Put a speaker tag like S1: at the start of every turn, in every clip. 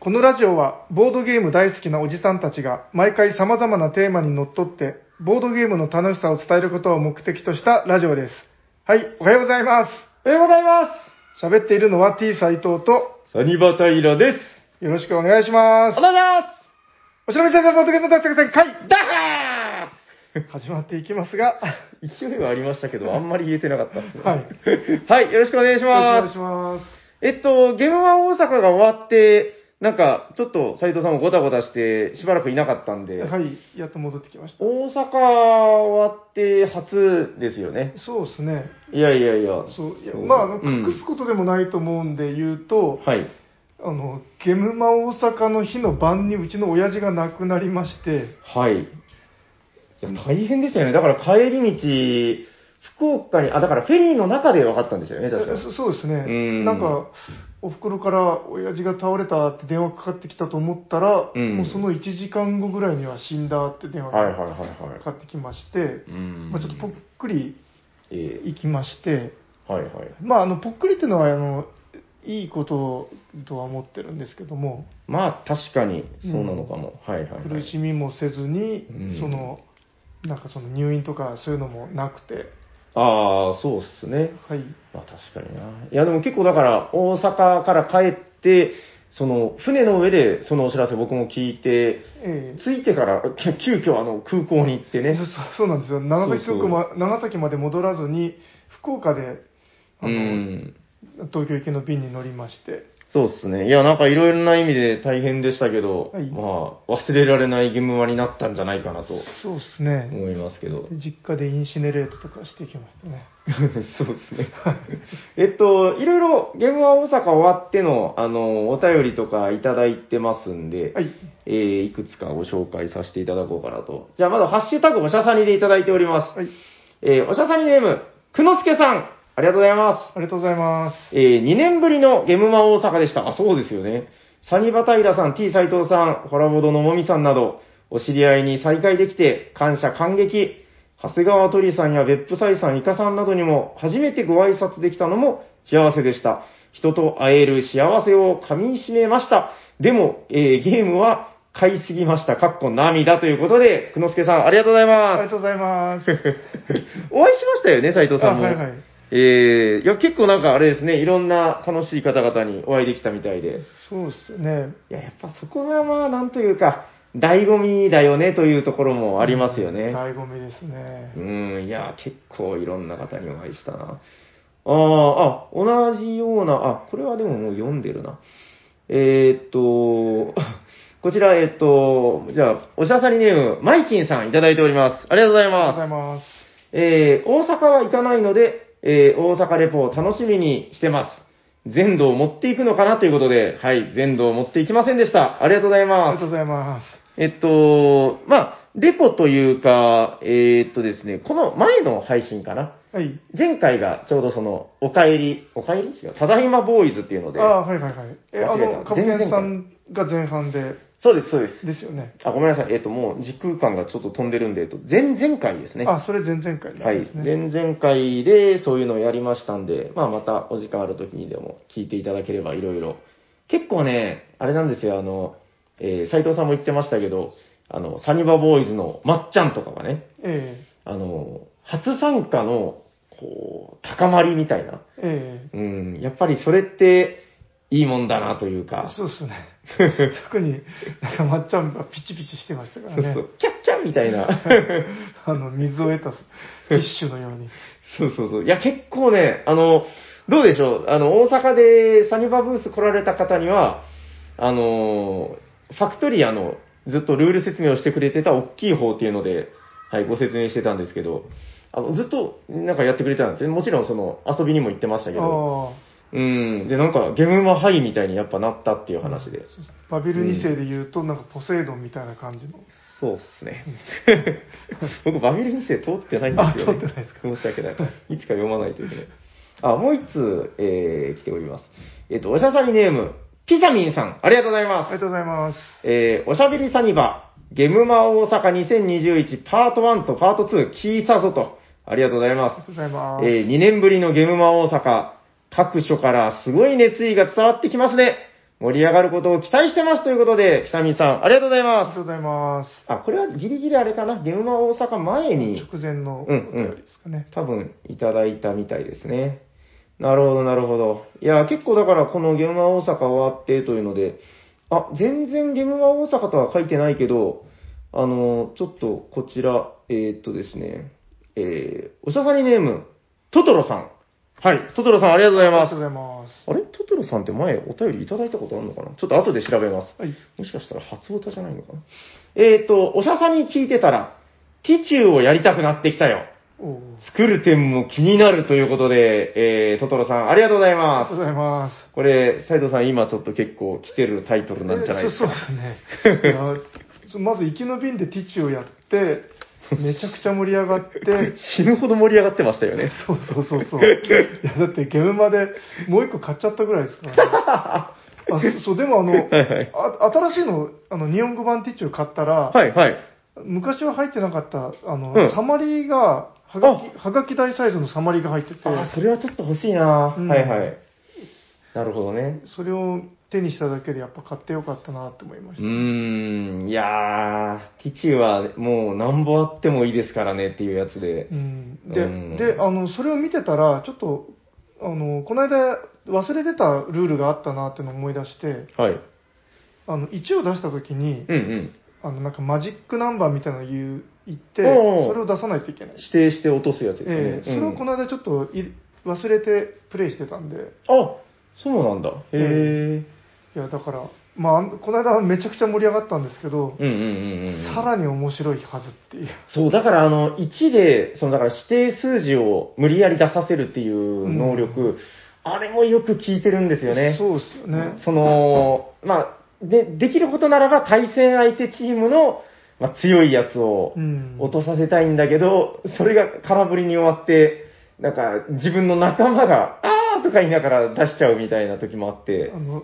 S1: このラジオはボードゲーム大好きなおじさんたちが毎回様々なテーマにのっとってボードゲームの楽しさを伝えることを目的としたラジオです。はい、おはようございます。
S2: おはようございま
S1: 喋っているのは T 斎藤と
S2: す。サニバタイラです。
S1: よろしくお願いします。
S2: はようございま
S1: おしろび先生ボードゲーム大作戦会
S2: す。ダハ
S1: 始まっていき ますが、
S2: ー勢いはありましたけど、あんまり言えてなかったですね。
S1: はい。
S2: はい、よろしくお願いし
S1: よろ
S2: ま
S1: し
S2: す
S1: く。お願いします。
S2: えっと、ゲームマン大阪が終わって、なんか、ちょっと斉藤さんもごたごたして、しばらくいなかったんで、
S1: はい、やっと戻ってきました。
S2: 大阪終わって初ですよね。
S1: そうですね。
S2: いやいやいや。
S1: そういやまああの、
S2: うん
S1: 隠すことでもないと思うんで言うと、
S2: はい。
S1: あの、ゲムマ大阪の日の晩にうちの親父が亡くなりまして、
S2: はい。いや、大変でしたよね。だから帰り道、福岡に、あ、だからフェリーの中で分かったんですよね、確か
S1: そそうですね
S2: う。ん
S1: なんか、お袋から親父が倒れたって電話かかってきたと思ったら、
S2: うん
S1: もうその1時間後ぐらいには死んだって電話
S2: はいはい
S1: が
S2: はいはい
S1: か。かってきまして、
S2: うん
S1: まあ、ちょっとぽっくり
S2: ええ
S1: 行きまして、
S2: はいはい。
S1: まあ、あの、ぽっくりっていうのは、あの、いいこととは思ってるんですけども、
S2: まあ確かにそうなのかも。はいはい、はい。
S1: 苦しみもせずに、
S2: うん
S1: その、なんかその入院とかそういうのもなくて、
S2: ああ、そうっすね。
S1: はい。
S2: まあ確かにな。いやでも結構だから大阪から帰って、その船の上でそのお知らせ僕も聞いて、
S1: ええ
S2: 着いてから き急遽あの空港に行ってね
S1: そ。うそうなんですよ長崎空港ま長崎まで戻らずに福岡であ
S2: う
S1: の、
S2: ん。
S1: 東京行きの便に乗りまして
S2: そうっすね。いやなんかいろいろな意味で大変でしたけど、
S1: はい
S2: まあ忘れられないゲームマになったんじゃないかなと
S1: そうですね、
S2: 思いますけど。
S1: で実家でインシネレートとかしてきましたね
S2: そうですね。えっと、いろいろ、ゲームは大阪終わっての、あの、お便りとかいただいてますんで、
S1: はい
S2: えーいくつかご紹介させていただこうかなと。じゃあ、まず、ハッシュタグおしゃさにでいただいております。
S1: はい
S2: えーおしゃさにネーム、くのすけさん、ありがとうございま
S1: ありがとうございます
S2: す。え2年ぶりのゲームマ大阪でした。あ、そうですよね。サニバタイラさん、T 斎藤さん、ホラボドのもみさんなど、お知り合いに再会できて、感謝感激。長谷川鳥さんや別府斎さん、イカさんなどにも初めてご挨拶できたのも幸せでした。人と会える幸せを噛み締めました。でも、えーゲームは買いすぎました。かっこ涙ということで、くのすけさんありがとうござい
S1: あり
S2: ま
S1: が
S2: す。
S1: とうございます
S2: お会いしましたよね、斎藤さんも。
S1: あはいはい
S2: えーいや、結構なんかあれですね、いろんな楽しい方々にお会いできたみたいで。
S1: そうですね
S2: いや、やっぱそこがまあ、なんというか、醍醐味だよねというところもありますよね。
S1: 醍醐味ですね
S2: うん、いや、結構いろんな方にお会いしたな。ああ、あ、同じような、あ、これはでももう読んでるな。えーっと、こちら、えーっと、じゃあ、おしゃさりネーム、まいちんさんいただいております。ありがとうござい
S1: ありがとうご
S2: ま
S1: ざ。
S2: す
S1: います
S2: えー、大阪は行かないので、えー、大阪レポを楽しみにしてます。全土を持っていくのかなということで、はい、全土を持っていきませんでした。ありがとうござい
S1: あり
S2: ま
S1: がと
S2: す
S1: う。ございます
S2: えっと、まあ、レポというか、えーっとですね、この前の配信かな。
S1: はい
S2: 前回がちょうどその、お帰り、お帰り違う、ただいまボーイズっていうので
S1: あ、あはいはいはいえあ
S2: 間違えた
S1: のカプケンさんが前半で
S2: そうです、そうです。
S1: ですよね
S2: あ、ごめんなさい、えっと、もう時空間がちょっと飛んでるんで、えっと、前々回ですね。
S1: あそれ前々回な
S2: は
S1: ん
S2: い
S1: で、すね、
S2: 前々回でそういうのをやりましたんで、まあ、またお時間ある時にでも聞いていただければいろいろ。結構ね、あれなんですよ、あの、えー、斉藤さんも言ってましたけど、あの、サニバボーイズのまっちゃんとかがね、
S1: え
S2: あの、初参加の、こう、高まりみたいな。
S1: えええ
S2: うん、やっぱりそれって、いいもんだなというか、
S1: そうですね。特に、なんか、まっちゃんがピチピチしてましたからね
S2: そ。うキャッキャンみたいな。
S1: あの、水を得たティッシュのように。
S2: そうそうそう。いや、結構ね、あの、どうでしょう。あの、大阪でサニバブース来られた方には、あの、ファクトリアのずっとルール説明をしてくれてた大きい方っていうので、はい、ご説明してたんですけど、あの、ずっとなんかやってくれてたんですよ。もちろんその遊びにも行ってましたけど、
S1: あ
S2: うん。で、なんかゲームマハイみたいにやっぱなったっていう話で。
S1: あ。バビル2世で言うと、なんか、ポセイドンみたいな感じの。
S2: そうっすね。 僕、バビル2世通ってないんですよ、ね。
S1: あ通ってないですか
S2: 申し訳ない。いつか読まないといけない。あ、もう一通、えー、来ております。えっ、と、おしゃさりネーム、ピザミンさん、ありがとうござい
S1: あ
S2: ま
S1: りが
S2: す。
S1: とうございます。
S2: えー、おしゃべりサニバ、ゲムマ大阪2021パート1とパート2聞いたぞと、ありがとうござい
S1: あり
S2: ま
S1: が
S2: す
S1: と。うございます。
S2: えー2年ぶりのゲムマ大阪、各所からすごい熱意が伝わってきますね。盛り上がることを期待してますということで、久美さん、ありがとうござい
S1: ありが
S2: ま
S1: とうございます。
S2: す。あ、これはギリギリあれかな。ゲムマ大阪前に
S1: 直前のお
S2: うん
S1: 便りですかね。
S2: 多分いただいたみたいですね。なるほど、なるほど。いや、結構だからこのゲムマ大阪終わってというので、あ、全然ゲムマ大阪とは書いてないけど、あの、ちょっとこちら、えーっとですね、えー、おしゃさりネーム、トトロさん。はい、トトロさんありがとうござい
S1: あり
S2: ま
S1: が
S2: す
S1: とう。ございます。
S2: あれトトロさんって前お便りいただいたことあるのかなちょっと後で調べます。
S1: はい。
S2: もしかしたら初歌じゃないのかなえーっと、おしゃさに聞いてたら、ティチューをやりたくなってきたよ。
S1: おう
S2: 作る点も気になるということで、えー、トトロさん、ありがとうござい
S1: ありがと
S2: ま
S1: う
S2: す。
S1: ございます。
S2: これ、斎藤さん、今ちょっと結構来てるタイトルなんじゃないですか。
S1: えそうそうですねいや。まず行きの便でティッチをやって、めちゃくちゃ盛り上がって、
S2: 死ぬほど盛り上がってましたよね。
S1: そうそうそうそう。いや、だってゲームまでもう一個買っちゃったぐらいです からね。あそそう、でもあの、
S2: はいはい
S1: あ新しいの、あの、日本語版ティッチを買ったら、
S2: はい、はい。
S1: 昔は入ってなかった、あの、
S2: うん
S1: サマリーが、はがき、はがき大サイズのサマリーが入ってて、
S2: あ、それはちょっと欲しいな、
S1: うん
S2: はいはい。なるほどね。
S1: それを手にしただけでやっぱ買ってよかったなと思いま
S2: う
S1: し
S2: ーん、いやー、ティチはもうなんぼあってもいいですからねっていうやつで
S1: た。う。ん。
S2: うん
S1: で、で、あの、それを見てたら、ちょっと、あの、この間忘れてたルールがあったなっていうのを思い出して、
S2: はい。
S1: あの、1を出した時に、
S2: うんうん。
S1: あの、なんかマジックナンバーみたいなの言う、言って、
S2: おうおう
S1: それを出さないといけない。
S2: 指定して落とすやつです
S1: え
S2: ね。
S1: えそれをこの間ちょっとい忘れてプレイしてたんで、
S2: うんあ、そうなんだ。へー。
S1: いや、だから、まああん、この間はめちゃくちゃ盛り上がったんですけど、
S2: うんうんうんうんうん。
S1: さらに面白いはずっていう。
S2: そう、だからあの、1で、そのだから指定数字を無理やり出させるっていう能力、あれもよく効いてるんですよね。
S1: そうですよね。
S2: その、まあ、で、できることならば対戦相手チームの、まあ、強いやつを
S1: うん。
S2: 落とさせたいんだけど、それが空振りに終わって、なんか自分の仲間が、あーとか言いながら出しちゃうみたいな時もあって
S1: あ、の、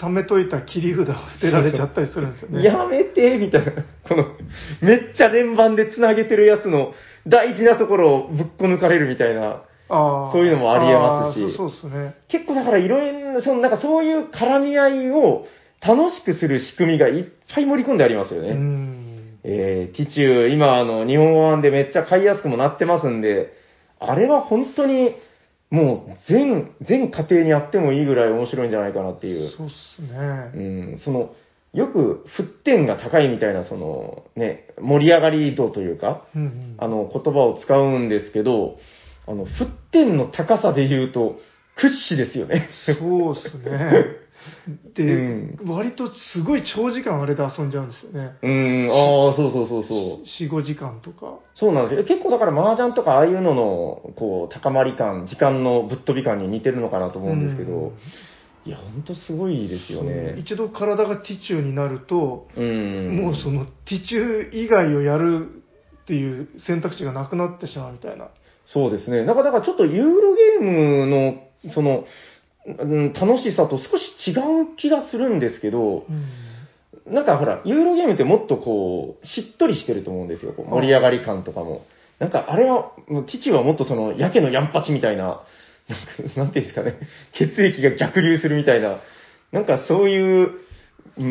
S1: 貯めといた切り札を捨てられちゃったりするんですよね。
S2: やめてみたいな。この、めっちゃ連番で繋げてるやつの大事なところをぶっこ抜かれるみたいな。
S1: あー
S2: そういうのもありえますし
S1: あーそうそうですね。
S2: 結構だからいろいろ、そのなんかそういう絡み合いを楽しくする仕組みがいっぱい盛り込んでありますよね。
S1: うん。
S2: えー、ティチュー、今あの、日本語版でめっちゃ買いやすくもなってますんで、あれは本当に、もう全、全家庭にあってもいいぐらい面白いんじゃないかなっていう。
S1: そうっす
S2: う
S1: ね。
S2: ん、その、よく、沸点が高いみたいな、その、ね、盛り上がり度というか、
S1: うんうん。
S2: あの、言葉を使うんですけど、あの、沸点の高さで言うと、屈指ですよね。
S1: そうっすね。で、
S2: う
S1: 割とすごい長時間あれで遊んじゃうんですよね。
S2: うん、ああ、そうそうそうそう。
S1: 4、5時間とか。
S2: そうなんですよ。結構だから麻雀とかああいうのの、こう、高まり感、時間のぶっ飛び感に似てるのかなと思うんですけど、いや、ほんとすごいですよ
S1: そう
S2: ね。
S1: 一度体がティチューになると、
S2: うん。
S1: もうそのティチュー以外をやるっていう選択肢がなくなってしまうみたいな。
S2: そうですね。なんか、だからちょっとユーロゲームの、その、うん楽しさと少し違う気がするんですけど、なんかほら、ユーロゲームってもっとこう、しっとりしてると思うんですよ。こう盛り上がり感とかも。なんかあれは、もう父はもっとその、やけのヤンパチみたいな、なんか、なんていうんですかね、血液が逆流するみたいな、なんかそういう、うん、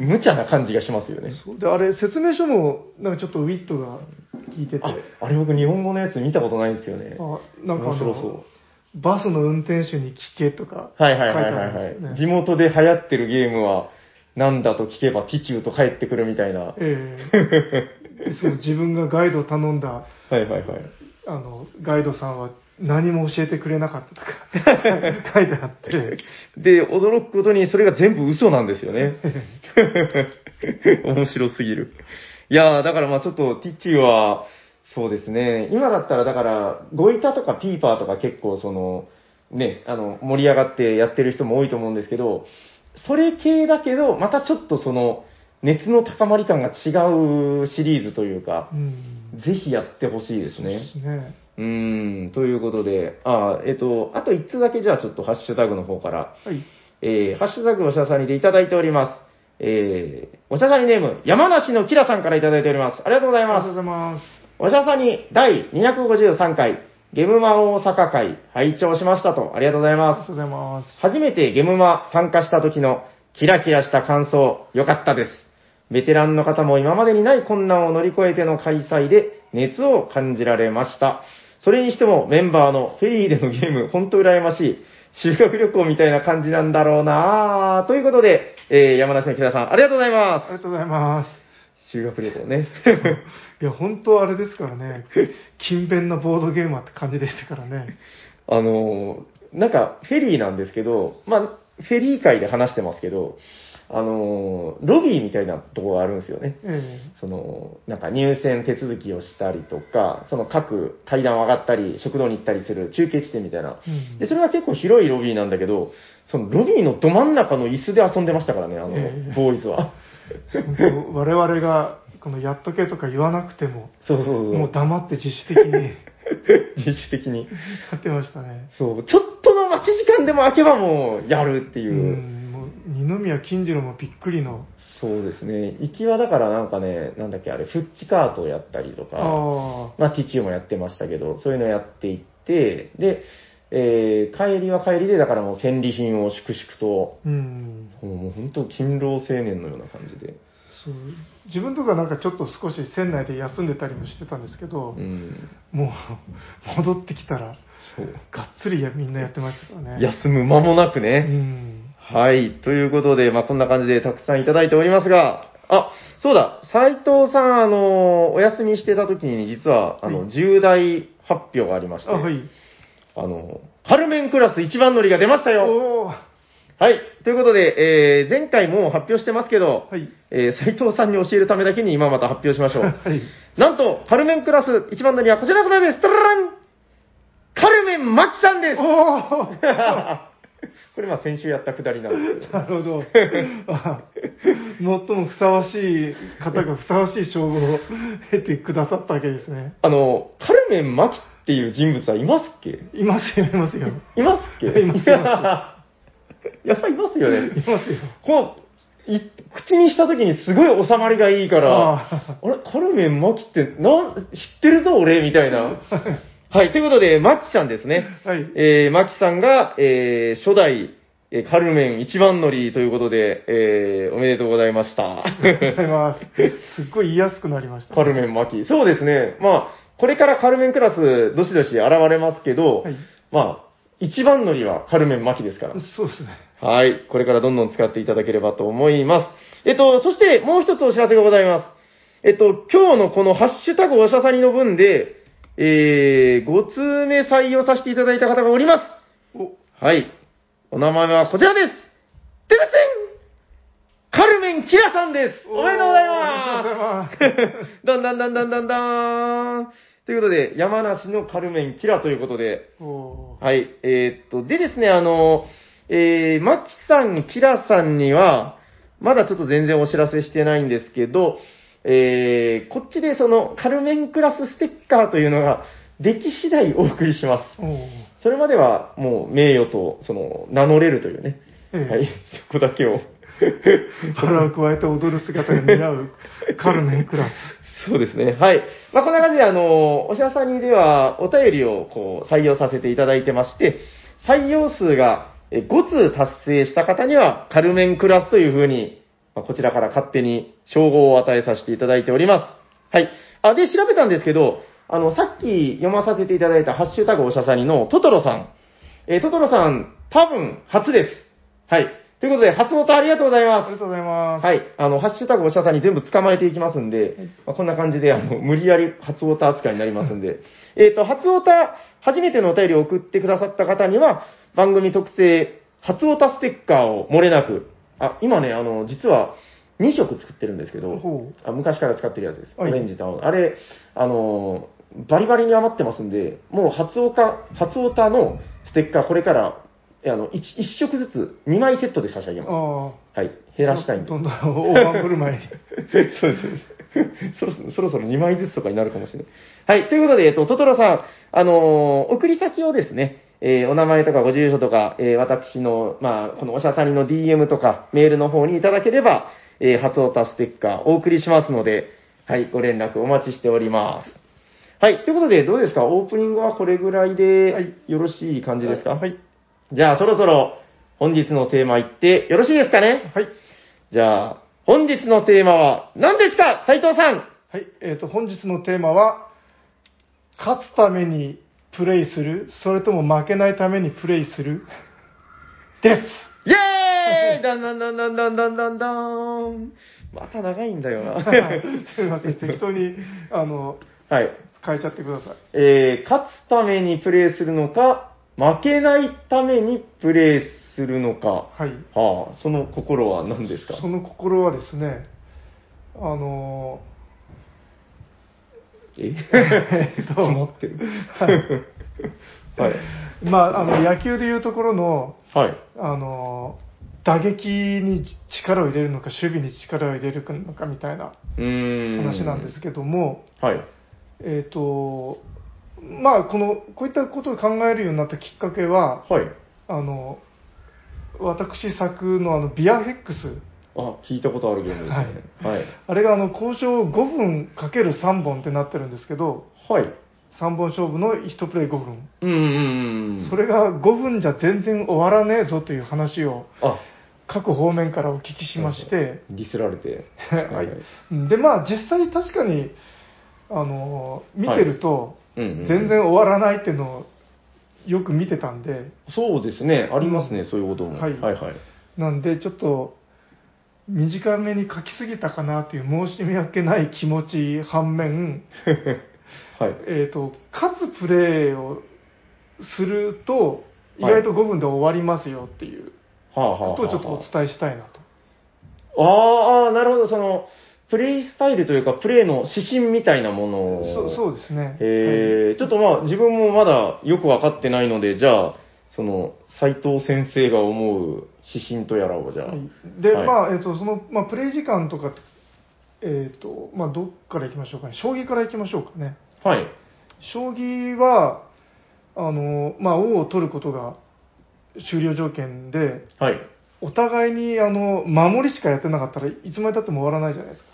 S1: うん
S2: 無茶な感じがしますよね。
S1: そうで、あれ、説明書も、なんかちょっとウィットが効いてて、
S2: あ、あれ僕日本語のやつ見たことないんですよね。
S1: あなんかあ
S2: 面白そ
S1: の
S2: う。
S1: バスの運転手に聞けとか、
S2: はいはいはいは
S1: 書いてあ
S2: い、
S1: るん
S2: は
S1: で
S2: い。
S1: すよ
S2: 地元で流行ってるゲームは、なんだと聞けばティチューと帰ってくるみたいな。は
S1: ええでその自分がガイドを頼んだ
S2: いはいはい。
S1: あのガイドさんは何も教えてくれなか ったとか書いてあって、
S2: で、驚くことにそれが全部嘘なんですよ ね。面白すぎる。いやー、だからまあちょっとティッチーは、そうですね。今だったらだから、ゴイタとかピーパーとか結構その、ね、あの、盛り上がってやってる人も多いと思うんですけど、それ系だけど、またちょっとその、熱の高まり感が違うシリーズというか
S1: う、ん、
S2: ぜひやってほしいですね。
S1: ですね。
S2: うーん、ということで、あー、えっと、あと1つだけじゃあちょっとハッシュタグの方から、
S1: はい、
S2: えー、ハッシュタグおしゃさにでいただいております。えー、おしゃさにネーム、山梨のキラさんからいただいております。ありがとうござい
S1: ありがとう
S2: ま
S1: ございま
S2: す。
S1: す。
S2: おしゃさに第253回、ゲムマ大阪会、拝聴しましたと。ありがとうござい
S1: ありが
S2: ます。
S1: とうございます。
S2: 初めてゲムマ参加した時のキラキラした感想、良かったです。ベテランの方も今までにない困難を乗り越えての開催で熱を感じられました。それにしてもメンバーのフェリーでのゲーム、本当羨ましい。修学旅行みたいな感じなんだろうなぁ。ということで、えー、山梨の木田さん、ありがとうござい
S1: あ
S2: ま
S1: りがとうございます。
S2: す。修学旅行ね。
S1: いや、本当あれですからね、勤勉なボードゲーマーって感じでしたからね。
S2: あのーなんか、フェリーなんですけど、まあ、フェリー界で話してますけど、あのーロビーみたいなところがあるんですよね。
S1: え
S2: その、なんか入選手続きをしたりとか、その各階段を上がったり、食堂に行ったりする中継地点みたいな。
S1: えうん
S2: で、それは結構広いロビーなんだけど、そのロビーのど真ん中の椅子で遊んでましたからね、あ
S1: え
S2: の、
S1: え
S2: ボーイズは。
S1: 本当我々が、このやっとけとか言わなくても、
S2: そうそうそう。
S1: もう黙って自主的に
S2: 自主的に。
S1: やってましたね。
S2: そう、ちょっとの待ち時間でも空けばもうやるっていうう。
S1: ん、もう二宮金次郎もびっくりの。
S2: そうですね。行きはだからなんかね、なんだっけあれ、フッチカートをやったりとか、
S1: ああ、
S2: まあ、ティチューもやってましたけど、そういうのやっていって、で、えー帰りは帰りで、だからもう戦利品を粛々と、
S1: うん。
S2: もう本当勤労青年のような感じで。
S1: そう自分とかなんかちょっと少し船内で休んでたりもしてたんですけど、
S2: うん。
S1: もう 戻ってきたら、
S2: そう。
S1: がっつりやみんなやってましたからね。
S2: 休む間もなく
S1: う
S2: ね。
S1: ん。
S2: はい。ということで、まあ、こんな感じでたくさんいただいておりますが、あ、そうだ、斉藤さん、あの、お休みしてた時に、実は、あ
S1: は
S2: の、
S1: い
S2: 重大発表がありまして、
S1: あ、はい。
S2: あの、カルメンクラス一番乗りが出ましたよ
S1: おおー
S2: はい。ということで、えー、前回もう発表してますけど、
S1: はい。
S2: えー、斉藤さんに教えるためだけに今また発表しましょ う。
S1: はい。
S2: なんと、カルメンクラス一番乗りはこちらの方です。トゥルルンカルメン・マキさんです
S1: おお
S2: これまあ先週やったくだりなんですけど。
S1: なるほど。あ最もふさわしい方がふさわしい称号を得てくださったわけですね。
S2: あの、カルメン・マキっていう人物はいますっけ
S1: いますよ、いますよ。
S2: いますっ け
S1: いますいま
S2: やっぱいますよね
S1: い。ますよ。
S2: こう、い口にした時にすごい収まりがいいから、
S1: あ
S2: あれ、カルメン・マキって、なん、知ってるぞ、俺、みたいな。はい、ということで、マキさんです ね。
S1: あはい。
S2: えー、マキさんが、えー、初代、えーカルメン一番乗りということで、えー、おめでとうございました。
S1: ありがとうございます。すっごい言いやすくなりました。
S2: カルメン・マキ。そうですね。まあ、これからカルメンクラス、どしどし現れますけど、
S1: はい。
S2: まあ、一番乗りはカルメン・マキですから。
S1: そうですね。
S2: はい。これからどんどん使っていただければと思います。えっと、そしてもう一つお知らせがございます。えっと、今日のこのハッシュタグおしゃさにの分で、えー、5通目採用させていただいた方がおりま
S1: お、
S2: す。はい。お名前はこちらです。てらてんカルメン・キラさんです。おめでとうございます。
S1: す。おめでとうございます。
S2: だんだんだんだんだんだーん。ということで、山梨のカルメン・キラということで、
S1: おー
S2: はい。えーっと、でですね、あの、えー、マキさん、キラさんには、まだちょっと全然お知らせしてないんですけど、えー、こっちでその、カルメンクラスステッカーというのが、出来次第お送りします。
S1: おー
S2: それまでは、もう、名誉と、その、名乗れるというね。
S1: ええ
S2: はい、そこだけを。
S1: 腹を加えて踊る姿が似合 うカルメンクラス。
S2: そうですね。はい。まあ、こんな感じで、あの、おしゃさにでは、お便りを、こう、採用させていただいてまして、採用数がえ5通達成した方には、カルメンクラスというふうに、まあこちらから勝手に称号を与えさせていただいております。はい。あ、で、調べたんですけど、あの、さっき読まさせていただいた、ハッシュタグおしゃさにのトトロさん。えートトロさん、多分、初です。はい。ということで、初元ありがとうございます
S1: あり。がとうございます。
S2: はい。あの、ハッシュタグおしゃさんに全部捕まえていきますんで、まあ、こんな感じで、あの、無理やり初オタ扱いになりますんで。 えっと、初オタ、初めてのお便りを送ってくださった方には、番組特製、初オタステッカーを漏れなく、あ、今ね、あの、実は、2色作ってるんですけど、
S1: ほう。
S2: あ昔から使ってるやつです。オ
S1: はい
S2: レンジと青の。あれ、あの、バリバリに余ってますんで、もう初オタ、初オタのステッカー、これから、あの、1, 色ずつ2枚セットで差し上げます。
S1: ああ。
S2: はい。減らしたいんで。
S1: どんどん大盤振る舞い。
S2: そうです。そろそろそろ2枚ずつとかになるかもしれない。はい。ということで、えっと、トトロさん、あのー送り先をですね、えーお名前とかご住所とか、えー私の、まあ、このおしゃさりの DM とか、メールの方にいただければ、えー初オタステッカーお送りしますので、はい、ご連絡お待ちしております。はい。ということで、どうですかオープニングはこれぐらい
S1: は
S2: で
S1: い
S2: よろしい感じですか、
S1: はい。
S2: じゃあ、そろそろ本日のテーマいってよろしいですかね
S1: はい。
S2: じゃあ、本日のテーマは何ですか斉藤さん
S1: はい。えっ、と、本日のテーマは、勝つためにプレイするそれとも負けないためにプレイする です。
S2: イェーイだんだんだんだんだんだんだんだーん。また長いん だよな。
S1: すみません。適当に、あの、
S2: はい。
S1: 変えちゃってください。
S2: えー、勝つためにプレイするのか、負けないためにプレイするのか。
S1: はい。
S2: はあ、その心は何ですか
S1: その心はですね、あの、
S2: え
S1: えっと
S2: 詰まってる。はい。
S1: まあ、あの、野球でいうところの、
S2: はい。
S1: あの、打撃に力を入れるのか、守備に力を入れるのかみたいな
S2: うーん。
S1: 話なんですけども、
S2: はい。
S1: えっ、と、まあ、この、こういったことを考えるようになったきっかけは、
S2: はい。
S1: あの、私作のあの、ビアヘックス、
S2: あ、聞いたことあるゲームですね。はい。
S1: あれがあの、交渉5分かける3本ってなってるんですけど、
S2: はい。
S1: 3本勝負の1プレイ5分。
S2: うんうんうん。
S1: それが5分じゃ全然終わらねえぞという話を
S2: あ、
S1: 各方面からお聞きしまして、
S2: ディスられ て。
S1: はい、でまあ実際確かにあの見てると、
S2: うんうんうん
S1: 全然終わらないっていうのをよく見てたんで
S2: そうですね。ありますね、そういうことも。
S1: はい
S2: はいはい。
S1: なんでちょっと短めに書きすぎたかなという申し訳ない気持ち反面、
S2: はい。
S1: えー、と勝つプレーをすると意外と5分で終わりますよっていう
S2: はあはあはあ
S1: ことを
S2: はあ
S1: ちょっとお伝えしたいなと。
S2: あーあー、なるほど。その、プレイスタイルというか、プレイの指針みたいなものを。
S1: そうそうですね。
S2: えーちょっとまあ、自分もまだよくわかってないので、じゃあ、その、斎藤先生が思う指針とやらを、じゃあ。
S1: はいで、
S2: はい
S1: まあ、えっ、と、その、まあ、プレイ時間とか、えっ、と、まあ、どっから行きましょうかね。将棋から行きましょうかね。
S2: はい。
S1: 将棋は、あの、まあ、王を取ることが終了条件で、
S2: はい。
S1: お互いに、あの、守りしかやってなかったらいつまでたっても終わらないじゃないですか。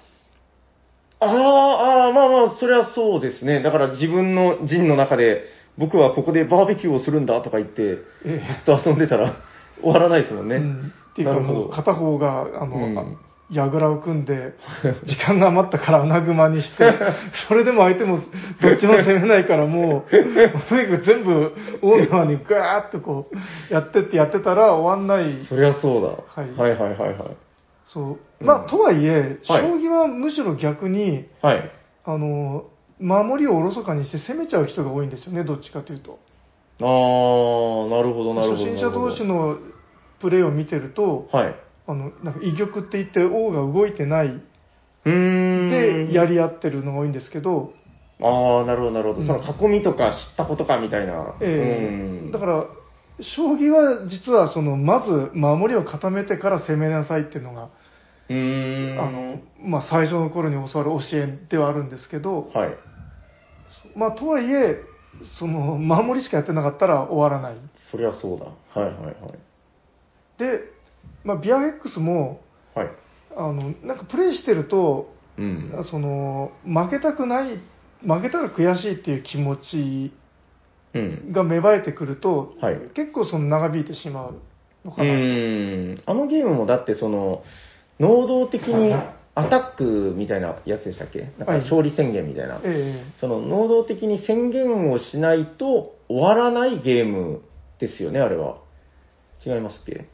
S2: あーあー、まあまあ、それはそうですね。だから自分の陣の中で、僕はここでバーベキューをするんだとか言って、ず
S1: え
S2: っと遊んでたら終わらないですもん
S1: え
S2: ね。
S1: うんっていうか、
S2: なるほど
S1: もう片方が、あの、
S2: うん
S1: 櫓を組んで、時間が余ったから穴熊にして、 それでも相手もどっちも攻めないからもう、とにかく全部オーナーにガーッとこう、やってってやってたら終わんない。
S2: そりゃそうだ、
S1: はい
S2: はいはいはいはい。
S1: そう。まあ、とはいえ、
S2: はい
S1: 将棋はむしろ逆に、
S2: はい。
S1: あの、守りをおろそかにして攻めちゃう人が多いんですよね、どっちかというと。
S2: あー、なるほどなるほど。
S1: 初心者同士
S2: の。
S1: のプレーを見てると、
S2: はい。
S1: あの、なんか、異玉って言って王が動いてないう
S2: ーん。
S1: でやり合ってるのが多いんですけど、
S2: ああ、なるほど、なるほど。
S1: うん
S2: その囲みとか知ったことかみたいな。
S1: ええ
S2: うん
S1: だから、将棋は実はそのまず守りを固めてから攻めなさいっていうのが、
S2: うーん。
S1: あのまあ、最初の頃に教わる教えではあるんですけど、
S2: はい。
S1: まあ、とはいえその守りしかやってなかったら終わらない
S2: そりゃそうだ。はいはいはい。
S1: で、まあ、ビアフェックスも
S2: はい。
S1: あのなんかプレイしてると
S2: うん。
S1: その負けたくない負けたら悔しいっていう気持ち
S2: うん。
S1: が芽生えてくると、
S2: はい
S1: 結構その長引いてしまうの
S2: う
S1: かな、
S2: ーん。あのゲームもだってその、能動的にアタックみたいなやつでしたっけなんか
S1: はい
S2: 勝利宣言みたいな。
S1: ええ
S2: その能動的に宣言をしないと終わらないゲームですよね、あれは。違いますっけ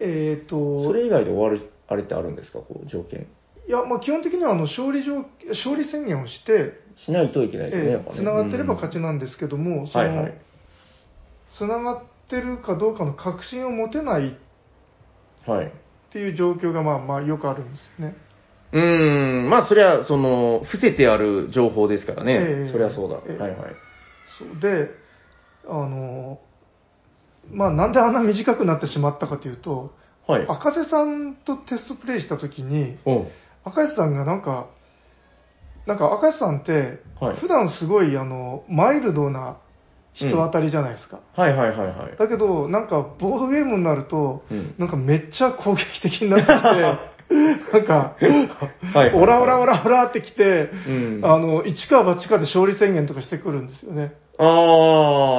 S1: えー、と
S2: それ以外で終わる、あれってあるんですかこう、条件。
S1: いや、まあ、基本的にはあの勝利条勝利宣言をして、
S2: しないといけないですよね、やっぱね。
S1: つながってれば勝ち
S2: な
S1: なんですけども、そ
S2: はいは
S1: の
S2: い。
S1: つながってるかどうかの確信を持てないっ
S2: はい。
S1: ていう状況がまあまあよくあるんですよね。
S2: うーん、まあそりゃ、その、伏せてある情報ですからね。
S1: ええ
S2: そりゃそうだ。
S1: ええ
S2: はいはい。
S1: そうで、あのまあ、なんであんな短くなってしまったかというと、
S2: はい。
S1: 赤瀬さんとテストプレイしたときに、
S2: おう
S1: 赤瀬さんがなんか、なんか赤瀬さんって、
S2: はい
S1: 普段すごいあのマイルドな人当たりじゃないですか。
S2: はいはいはいはい。
S1: だけど、なんかボードゲームになると、
S2: うん
S1: なんかめっちゃ攻撃的になってきて、なんか、
S2: はい
S1: オラオラオラオラって来て、
S2: うん
S1: あの、一か八かで勝利宣言とかしてくるんですよね。
S2: あ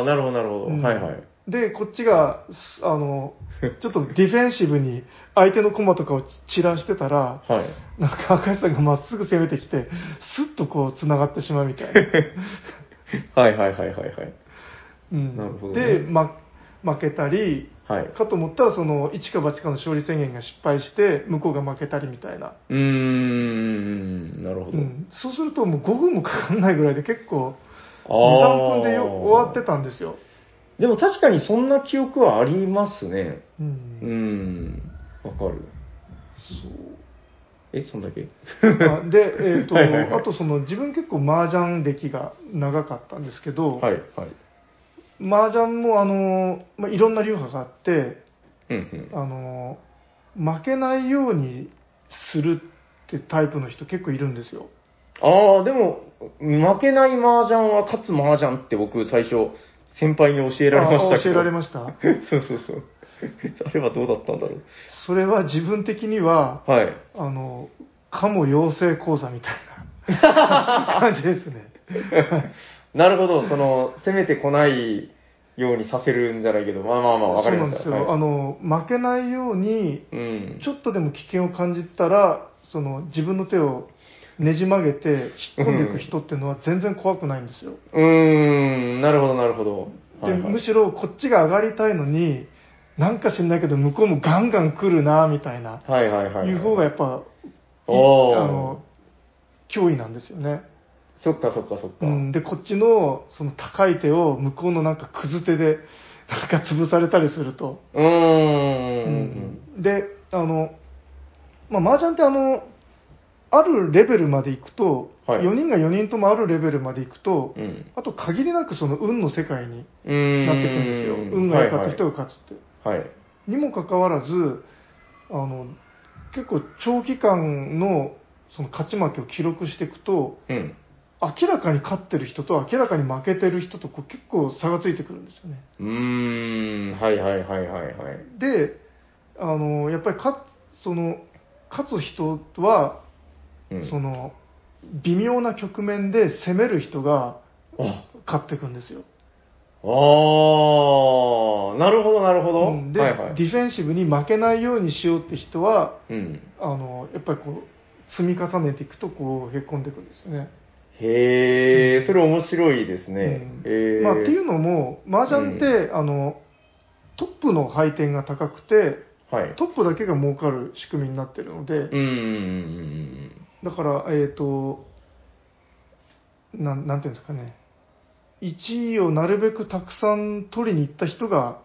S2: あ、なるほど、なるほど。
S1: うん
S2: はいはい。
S1: で、こっちが、すあの、ちょっとディフェンシブに相手の駒とかを散らしてたら、
S2: はい。
S1: なんか赤石さんがまっすぐ攻めてきて、スッとこう繋がってしまうみたい な。
S2: はいはいはいはいはい。
S1: うん
S2: なるほどね
S1: で、ま、負けたり、
S2: はい。
S1: かと思ったらその一か八かの勝利宣言が失敗して、向こうが負けたりみたいな。
S2: うーん、なるほ
S1: う
S2: ど。
S1: ん、そうするともう5分もかかんないぐらいで結構
S2: あー
S1: 23分でよ終わってたんですよ、
S2: でも確かにそんな記憶はありますね。
S1: う
S2: うー
S1: ん
S2: ん、わかる。え、そんだけ
S1: あ で、えーと
S2: はいはいはい
S1: あとその自分結構麻雀歴が長かったんですけど、
S2: はい、はい。
S1: 麻雀もあの、まあ、いろんな流派があって
S2: うんうん。
S1: あの負けないようにするってタイプの人結構いるんですよ
S2: ああ、でも、負けない麻雀は勝つ麻雀って僕最初、先輩に教えられましたけ
S1: あ
S2: ど。
S1: 教えられま
S2: し
S1: した
S2: た。そうそうそう。あれはどうだったんだろう。
S1: それは自分的には
S2: はい。
S1: あのかも養成講座みたい な感じですね
S2: なるほど、その、攻めてこないようにさせるんじゃないけど、まあまあまあ、わかりました。
S1: そうなんですよ、
S2: はい
S1: あの負けないように
S2: うん。
S1: ちょっとでも危険を感じたらその自分の手をねじ曲げて引っ込んでいく人っていうのは全然怖くないんですよ、
S2: うーん、なるほど、なるほど。はい
S1: で
S2: はい
S1: むしろこっちが上がりたいのになんか知んないけど向こうもガンガン来るなみたいな、
S2: はいはいはいはい。
S1: いう方がやっぱいあ
S2: おー
S1: の脅威なんですよね、
S2: そっかそっかそっか。
S1: うん、でこっちのその高い手を向こうのなんかくず手でなんか潰されたりすると
S2: うーん。
S1: であの、まあ、麻雀ってあのあるレベルまで行くと、
S2: はい
S1: 4人が4人ともあるレベルまで行くと、
S2: うん。
S1: あと限りなくその運の世界に
S2: うーん。
S1: なっていくんですよ、運が良かった人が勝つって、
S2: はいはい。はい。
S1: にもかかわらずあの結構長期間のその勝ち負けを記録していくと
S2: うん。
S1: 明らかに勝ってる人と明らかに負けてる人とこう結構差がついてくるんですよね。
S2: うーん。はいはいはいはいはい。
S1: であのやっぱり勝つその勝つ人は、
S2: うん
S1: その微妙な局面で攻める人が
S2: あ
S1: 勝っていくんですよ、
S2: あー、なるほどなるほど。
S1: うんで、
S2: はいはい。
S1: ディフェンシブに負けないようにしようって人は
S2: うん。
S1: あのやっぱりこう積み重ねていくとこうへこんでいくんですよね。
S2: へえ、それ面白いですね。
S1: うん
S2: えー
S1: まあ、っていうのも麻雀って、あのトップの配点が高くて
S2: はい。
S1: トップだけが儲かる仕組みになってるので、
S2: うんうんうん
S1: だから、えっ、と、なん、なんていうんですかね。1位をなるべくたくさん取りに行った人が、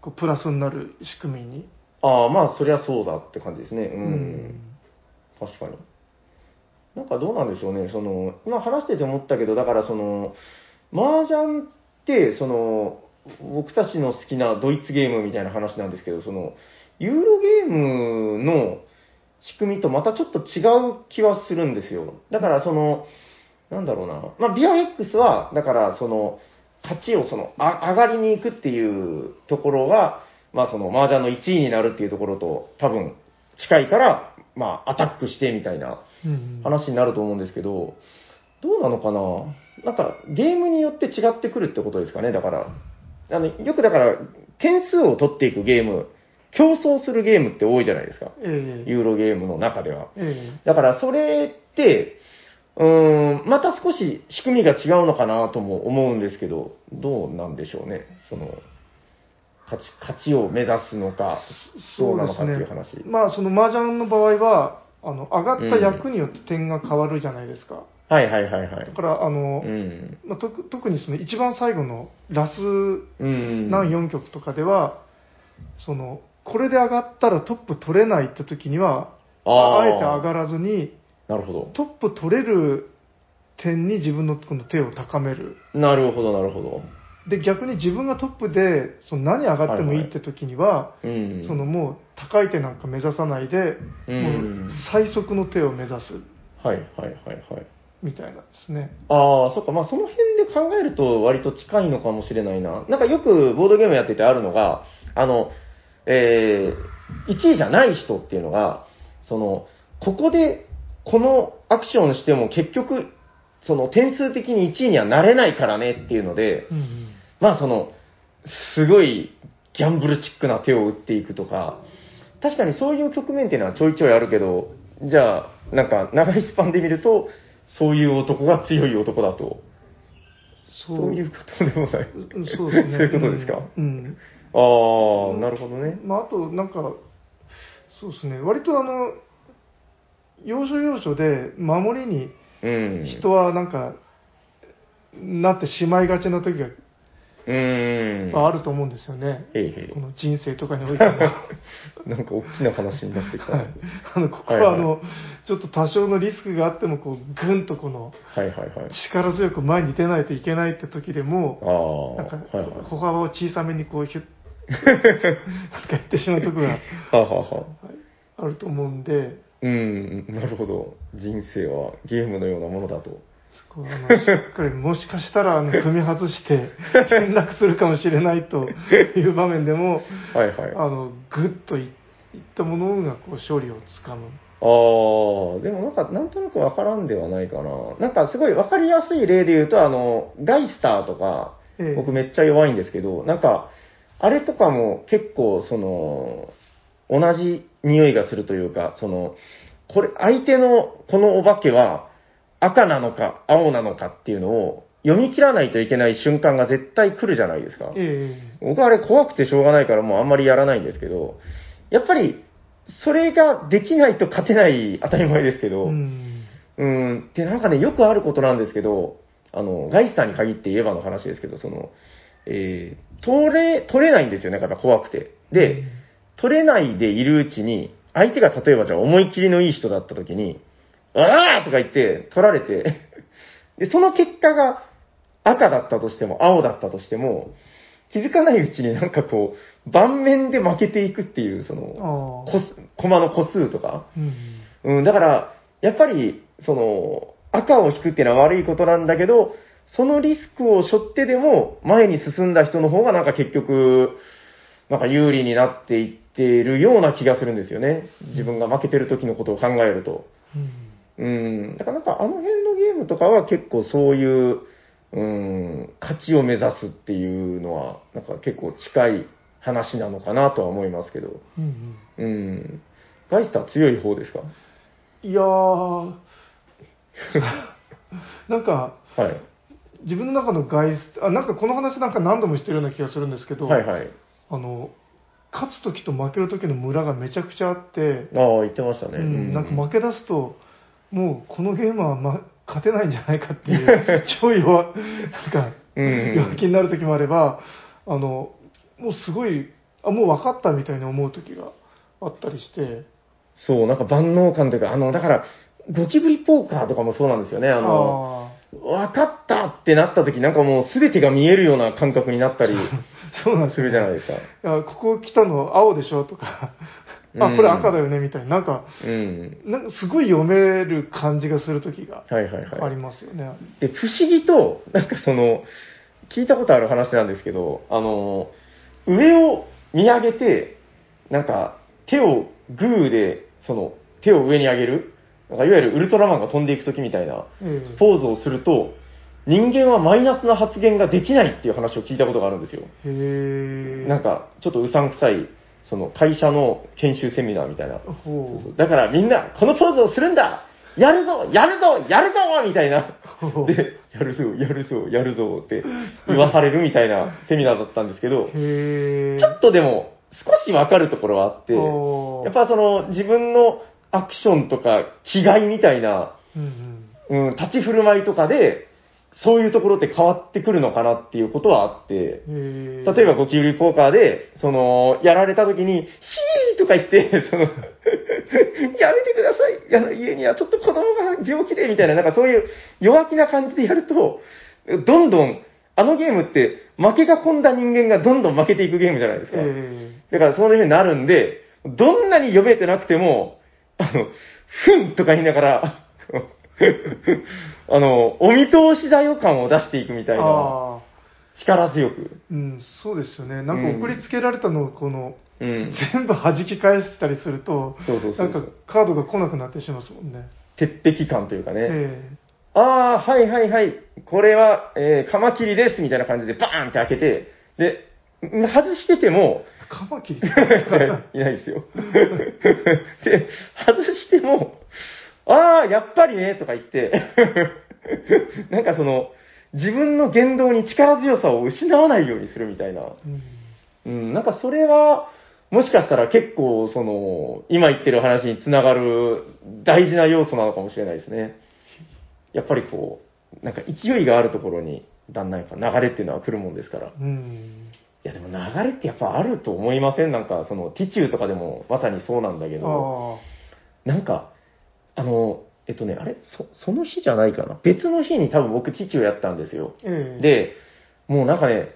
S1: こう、プラスになる仕組みに。
S2: うん。ああ、まあ、そりゃそうだって感じですね。
S1: う
S2: うん確かに。なんかどうなんでしょうね、その、今話してて思ったけど、だからその、麻雀って、その、僕たちの好きなドイツゲームみたいな話なんですけど、その、ユーロゲームの仕組みとまたちょっと違う気はするんですよ。だからその、なんだろうな、まあ、ビア X は、だからその、勝ちをその、あ上がりに行くっていうところが、まあその、麻雀の1位になるっていうところと、多分、近いから、まあ、アタックしてみたいな
S1: うん
S2: 話になると思うんですけど、どうなのかななんか、ゲームによって違ってくるってことですかね、だから。あの、よくだから、点数を取っていくゲーム、競争するゲームって多いじゃないですか。
S1: ええ
S2: ユーロゲームの中では。
S1: え
S2: だから、それって、うーん、また少し仕組みが違うのかなとも思うんですけど、どうなんでしょうね。その、勝ち、勝ちを目指すのか、
S1: え
S2: ど
S1: そうう
S2: な
S1: で
S2: のか
S1: す
S2: っていう
S1: ね
S2: 話。。
S1: まあ、その麻雀の場合は、あの、上がった役によって点が変わるじゃないですか。
S2: はいはいはいはい
S1: だ。から、あの、
S2: うん。
S1: まあ、とく特にその一番最後のラス
S2: うん。
S1: 何4曲とかでは、そのこれで上がったらトップ取れないって時にはあ
S2: あー
S1: あえて上がらずに
S2: なるほど。
S1: トップ取れる点に自分のこの手を高める
S2: なるほど、なるほど。
S1: で逆に自分がトップでその何上がってもいいって時には、
S2: うん。
S1: その、もう高い手なんか目指さないで、
S2: うん
S1: もう最速の手を目指す
S2: はいはいはいはい。
S1: みたいなんですね。
S2: ああ、そっか、まあその辺で考えると割と近いのかもしれないな。なんかよくボードゲームやっててあるのが、あの、えー、1位じゃない人っていうのが、その、ここで、このアクションしても結局、その点数的に1位にはなれないからねっていうので、
S1: うんうん
S2: まあその、すごいギャンブルチックな手を打っていくとか、確かにそういう局面っていうのはちょいちょいあるけど、じゃあ、なんか長いスパンで見ると、そういう男が強い男だと。
S1: そ
S2: そうういうことでもない。
S1: うんそうですね。
S2: そういうことですか
S1: うん。
S2: ああ、なるほどね。
S1: まあ、あと、なんか、そうですね、割とあの、要所要所で守りに
S2: うん。
S1: 人はなんか、なってしまいがちな時が
S2: うーん。
S1: まああると思うんですよね。
S2: へい へ
S1: この人生とかにおい ても。
S2: い。なんか大きな話になってきた。
S1: は
S2: はいい、
S1: あのここ
S2: はいは
S1: はいあの、ちょっと多少のリスクがあってもこうぐんとこの
S2: はいはいはい。
S1: 力強く前に出ないといけないって時でも
S2: ああ、
S1: なんか
S2: はいはい。
S1: 歩幅を小さめにこうヒュ ッなんかやってしまうとこが
S2: はあ、はあはあ、
S1: あると思うんで
S2: うん、なるほど。人生はゲームのようなものだと。
S1: そこはあのしっかりもしかしたらあの踏み外して転落するかもしれないという場面でも
S2: はいはい。
S1: あのグッといいったものがこう勝利をつかむ。
S2: ああ、でもなんか、なんとなくわからんではないかな。なんかすごいわかりやすい例で言うと、あの、ガイスターとか、
S1: ええ
S2: 僕めっちゃ弱いんですけど、なんか、あれとかも結構、その、同じ匂いがするというか、その、これ、相手のこのお化けは赤なのか青なのかっていうのを読み切らないといけない瞬間が絶対来るじゃないですか。
S1: え
S2: 僕はあれ怖くてしょうがないからもうあんまりやらないんですけど、やっぱり、それができないと勝てない当たり前ですけ
S1: え
S2: ど、
S1: うん
S2: うん、で、なんかね、よくあることなんですけど、あの、ガイスターに限って言えばの話ですけど、その、えー、取れ、取れないんですよね、やっぱ怖くて。で、取れないでいるうちに、相手が例えばじゃあ思い切りのいい人だった時に、あーとか言って、取られて、 で、その結果が赤だったとしても、青だったとしても、気づかないうちになんかこう、盤面で負けていくっていう、その、
S1: あ
S2: こ
S1: あ
S2: す駒の個数とか、
S1: うん
S2: うん、だから、やっぱり、その、赤を引くっていうのは悪いことなんだけど、そのリスクを背負ってでも、前に進んだ人の方がなんか結局、なんか有利になっていってるような気がするんですよね。自分が負けてる時のことを考えると。
S1: うん
S2: うん、だからなんかあの辺のゲームとかは結構そういう、うん、勝ちを目指すっていうのは、なんか結構近い話なのかなとは思いますけど。
S1: うん
S2: うん。ガイスター強い方ですか
S1: うん、いや ーなんか
S2: はい。
S1: 自分の中の外出あなんかこの話なんか何度もしてるような気がするんですけど、
S2: はいはい。
S1: あの勝つ時と負ける時のムラがめちゃくちゃあって、
S2: ああ、言ってましたね。
S1: うん、なんか負け出すともうこのゲームは、ま、勝てないんじゃないかっていう 超弱なんか
S2: うんうん
S1: 弱気になる時もあればあのもうすごいあもう分かったみたいに思う時があったりして。
S2: そう、なんか万能感というか、あの、だから、ゴキブリポーカーとかもそうなんですよね。あの、
S1: あー
S2: 分かったってなった時、なんかもう全てが見えるような感覚になったり
S1: そうなんです
S2: す
S1: よ
S2: るじゃないですか。
S1: いやここ来たの青でしょとか
S2: う
S1: あ
S2: ん
S1: これ赤だよねみたいななんか
S2: うん。
S1: なんかすごい読める感じがする時が
S2: はいはい
S1: あ
S2: はい
S1: り。ますよね、
S2: で、不思議と、なんかその、聞いたことある話なんですけど、あの、上を見上げて、なんか、手をグーで、その、手を上に上げる、なんかいわゆるウルトラマンが飛んでいく時みたいな、
S1: ええ
S2: ポーズをすると、人間はマイナスな発言ができないっていう話を聞いたことがあるんですよ。
S1: へえ
S2: なんか、ちょっとうさんくさい、その会社の研修セミナーみたいな。
S1: ほう
S2: そうそうだからみんな、このポーズをするんだやるぞやるぞやるぞみたいな。
S1: ほう
S2: で、やるぞ、やるぞ、やるぞって言わされるみたいなセミナーだったんですけど、
S1: へえ
S2: ちょっとでも少しわかるところはあって、
S1: おー
S2: やっぱその自分のアクションとか気概みたいな
S1: うんうん
S2: うん、立ち振る舞いとかで、そういうところって変わってくるのかなっていうことはあって、
S1: へえ
S2: 例えばゴキブリポーカーで、その、やられた時に、ヒーとか言って、 その、やめてくださいあの家にはちょっと子供が病気で、みたいな、なんかそういう弱気な感じでやると、どんどん、あのゲームって、負けが込んだ人間がどんどん負けていくゲームじゃないですか。
S1: え
S2: だからそういう風になるんで、どんなに読めてなくても、あの、ふんとか言いながら、 あの、お見通しだよ感を出していくみ
S1: え
S2: たいな、
S1: ああ
S2: 力強く。
S1: うんそうですよねなんか送りつけられたのをこの、
S2: うんうん。
S1: 全部弾き返したりすると、
S2: そうそうそうそう
S1: なんかカードが来なくなってしまいますもんね。
S2: 鉄壁感というかね。
S1: え
S2: ああ、はいはいはい。これは、えー、カマキリです、みたいな感じでバーンって開けて、で、ん外してても、
S1: えカマキリ
S2: いないですよ。 で、外しても、ああ、やっぱりね、とか言って、 なんかその、自分の言動に力強さを失わないようにするみたいな。
S1: うん
S2: うん、なんかそれは、もしかしたら結構、その、今言ってる話につながる大事な要素なのかもしれないですね。やっぱりこう、なんか勢いがあるところに、だんだんやっぱ流れっていうのは来るもんですから。い
S1: うん。
S2: やでも流れってやっぱあると思いませんなんかその、ティチューとかでもまさにそうなんだけど、
S1: あ
S2: なんか、あの、えっとね、あれそ、その日じゃないかな。別の日に多分僕ティチューやったんですよ。
S1: あ。ええ、
S2: で、もうなんかね、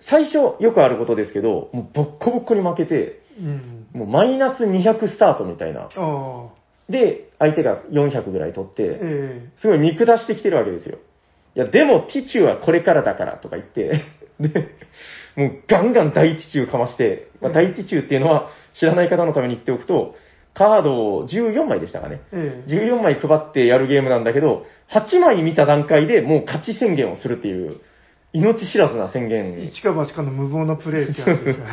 S2: 最初よくあることですけど、もうボッコボッコに負けて、
S1: うん。
S2: もうマイナス200スタートみたいな。
S1: ああ。
S2: で、相手が400ぐらい取って、
S1: え
S2: すごい見下してきてるわけですよ。いや、でもティチューはこれからだからとか言って、 で、もうガンガン大ティチューかまして、まあ、大ティチューっていうのは知らない方のために言っておくと、カードを14枚でしたかね。
S1: え。ええ。
S2: 14枚配ってやるゲームなんだけど、8枚見た段階でもう勝ち宣言をするっていう、命知らずな宣言。
S1: 一か八かの無謀なプレイってやつですよね。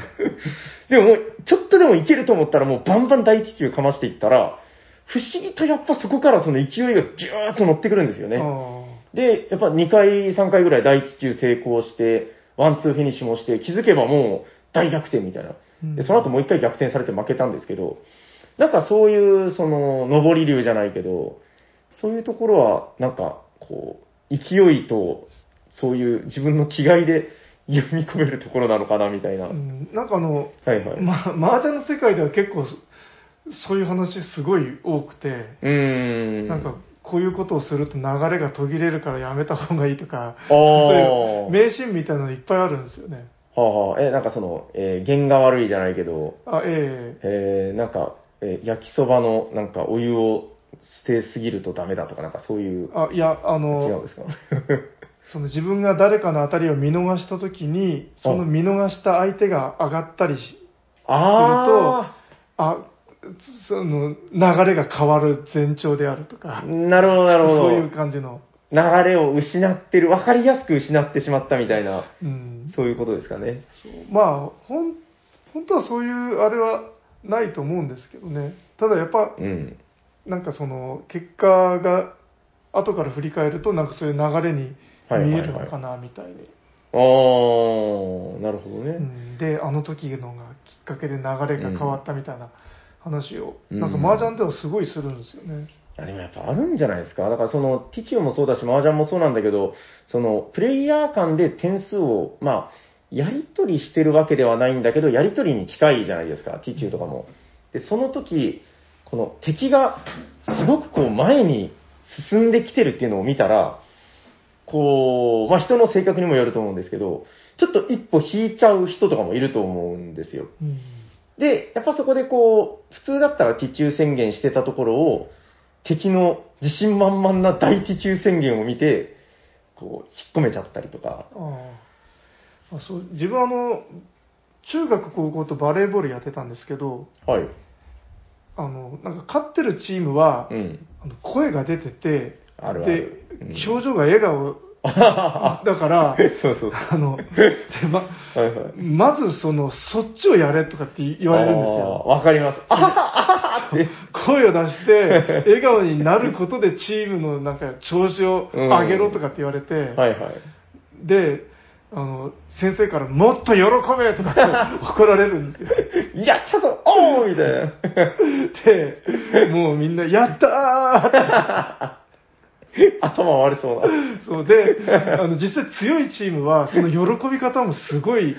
S2: でももう、ちょっとでもいけると思ったらもうバンバン大気球かましていったら、不思議とやっぱそこからその勢いがギューッと乗ってくるんですよ ね。
S1: あ
S2: で、やっぱ2回、3回ぐらい大気球成功して、ワンツーフィニッシュもして、気づけばもう大逆転みたいな。
S1: あ。
S2: で、その後もう一回逆転されて負けたんですけど、なんかそういう、その、上り流じゃないけど、そういうところは、なんか、こう、勢いと、そういう自分の気概で 読み込めるところなのかな、みたいな。
S1: う
S2: はい
S1: ん。なんかあの、
S2: はい。
S1: ま、麻雀の世界では結構、そういう話すごい多くて、
S2: うーん。
S1: なんか、こういうことをすると流れが途切れるからやめた方がいいとか、
S2: あー
S1: そういう名シーンみたいなのいっぱいあるんですよね。
S2: はあはあ、え、なんかその、えー、弦が悪いじゃないけど、
S1: あ、え
S2: えー、なんか、えー焼きそばの、なんか、お湯を捨てすぎるとダメだとか、なんかそうい
S1: え
S2: う、
S1: あ、いや、あ
S2: 違うん
S1: の、
S2: ですか
S1: その自分が誰かの当たりを見逃した時に、その見逃した相手が上がったりし、
S2: あ
S1: あ、その、流れが変わる前兆であるとか
S2: あ、、なるほど、なるほど。
S1: そういう感じの、
S2: 流れを失ってる、わかりやすく失ってしまったみたいな、
S1: うん。
S2: そういうことですかね。
S1: そうまあ、ほん、本当はそういうあれはないと思うんですけどね。ただやっぱ、
S2: うん。
S1: なんかその結果が後から振り返るとなんかそういう流れに見えるのかなみたいで、
S2: あー、なるほど
S1: う
S2: ね。
S1: んであの時のがきっかけで流れが変わったみたいな話を、
S2: うん
S1: なんか麻雀ではすごいするんですよね、
S2: あでもやっぱあるんじゃないですか。だからその、ティチューもそうだし、麻雀もそうなんだけど、その、プレイヤー間で点数を、まあ、やりとりしてるわけではないんだけど、やりとりに近いじゃないですか、ティチューとかも。で、その時、この敵が、すごくこう、前に進んできてるっていうのを見たら、こう、まあ人の性格にもよると思うんですけど、ちょっと一歩引いちゃう人とかもいると思うんですよ。
S1: うん
S2: で、やっぱそこでこう、普通だったら敵中宣言してたところを、敵の自信満々な大敵中宣言を見て、こう、引っ込めちゃったりとか。
S1: あああそう自分はあの中学高校とバレーボールやってたんですけど
S2: はい。
S1: あのなんか勝ってるチームは、
S2: うん。
S1: あの声が出てて
S2: あるある
S1: で、
S2: うん
S1: 表情が笑顔
S2: あ
S1: だから
S2: そうそう。は
S1: あの、でま、
S2: いはい。
S1: まずその、そっちをやれとかって言われるんですよ。
S2: あーわかります。あははははって。
S1: 声を出して、笑顔になることでチームのなんか調子を上げろとかって言われて、
S2: はいはい。
S1: で、あの、先生からもっと喜べとかって怒られるんですよ。
S2: やったぞおーみたいな。
S1: で、もうみんな、やったーって
S2: 頭悪そうな。
S1: そうで、あの、実際強いチームは、その喜び方もすごい、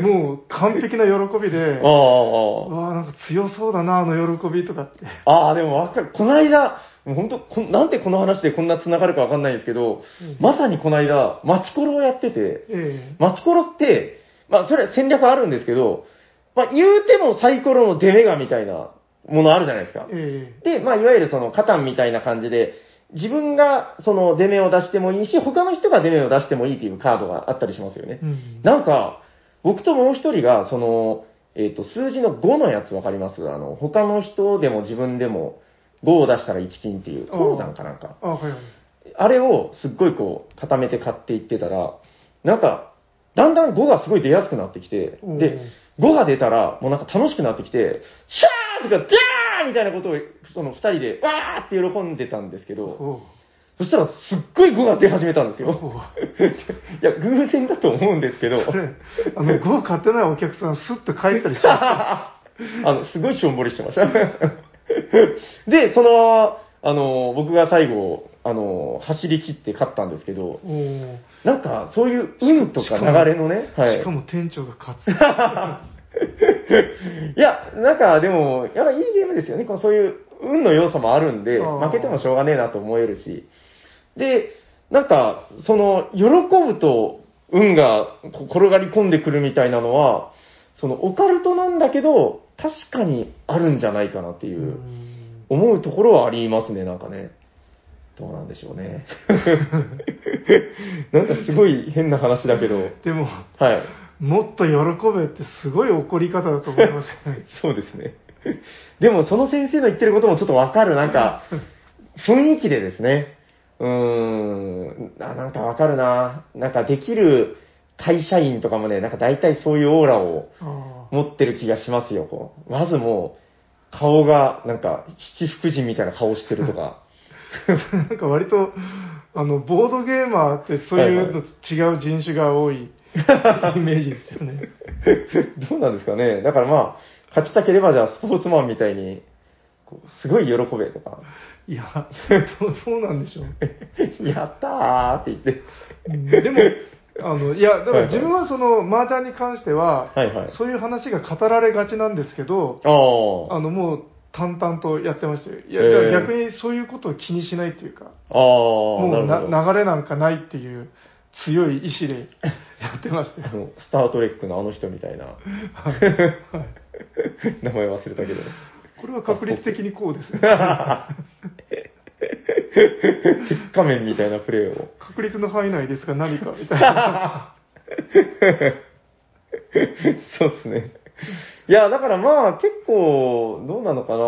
S1: もう完璧な喜びで、
S2: ああ。
S1: わあなんか強そうだな、あの喜びとかって。
S2: ああ、でもわかる。この間、もう本当こん、なんでこの話でこんな繋がるかわかんないんですけど、
S1: うん
S2: まさにこの間、マチコロをやってて、
S1: え
S2: マチコロって、まあ、それは戦略あるんですけど、まあ、言うてもサイコロの出目がみたいなものあるじゃないですか
S1: え。え
S2: で、まあ、いわゆるその、カタンみたいな感じで、自分がその出目を出してもいいし、他の人が出目を出してもいいっていうカードがあったりしますよね
S1: え。うん
S2: なんか、僕ともう一人が、その、えっ、と、数字の5のやつわかりますあの、他の人でも自分でも5を出したら1金っていう、
S1: あー
S2: 鉱山かなんか。
S1: あ、はいはい。
S2: あれをすっごいこう、固めて買っていってたら、なんか、だんだん5がすごい出やすくなってきて、
S1: うん
S2: で、5が出たら、もうなんか楽しくなってきて、シャーとか、ギャーみたいなことを、その二人で、わーって喜んでたんですけど、
S1: おう
S2: そしたらすっごい5が出始めたんですよ。
S1: おう
S2: いや、偶然だと思うんですけ ど、
S1: それ、あの、5買ってないお客さん、スッと帰ったりしてま
S2: あの、すごいしょんぼりしてました。で、その、あの、僕が最後、あの、走り切って勝ったんですけど、
S1: す。おう
S2: なんか、そういう運とか流れのね、はい。
S1: しかも店長が勝つ。
S2: いや、なんかでも、やっぱいいゲームですよね。こうそういう運の要素もあるんで、
S1: あー
S2: 負けてもしょうがねえなと思えるし。で、なんか、その、喜ぶと運がこ転がり込んでくるみたいなのは、その、オカルトなんだけど、確かにあるんじゃないかなっていうう、
S1: ん
S2: 思うところはありますね、なんかね。どうなんでしょうね。 なんかすごい変な話だけど、
S1: でも、
S2: はい。
S1: もっと喜べってすごい怒り方だと思いますよ ね
S2: そうですね。でも、その先生の言ってることもちょっとわかる。なんか、雰囲気でですね。うーん、あなんかわかるな。なんかできる会社員とかもね、なんか大体そういうオーラを
S1: ああ
S2: 持ってる気がしますよ。こうまずもう、顔が、なんか、七福神みたいな顔してるとか。
S1: なんか割と、あの、ボードゲーマーってそういうのと違う人種が多 いイメージですよね。
S2: どうなんですかね。だからまあ、勝ちたければじゃあスポーツマンみたいに、こうすごい喜べとか、
S1: いや、 どうどうなんでしょう。
S2: やったーって言っ
S1: う
S2: て。
S1: んでも、あの、いや、だか
S2: はい
S1: ら
S2: はい
S1: 自分はその、麻雀に関しては、
S2: はいはい。
S1: そういう話が語られがちなんですけど、
S2: ああ。
S1: あの、もう淡々とやってましたよ。いや、
S2: えー
S1: だから逆にそういうことを気にしないっていうか、
S2: ああ、
S1: もう
S2: な
S1: な
S2: るほど。
S1: 流れなんかないっていう強い意志でやってました
S2: あ
S1: よ。
S2: の、スタートレックのあの人みたいな。
S1: はいはい
S2: 名前忘れたけ ど。
S1: これは確率的にこうですね。
S2: 鉄仮面みたいなプレーを。
S1: 確率の範囲内ですが何かみたいな。
S2: そうっすね。いや、だからまあ結構、どうなのかな。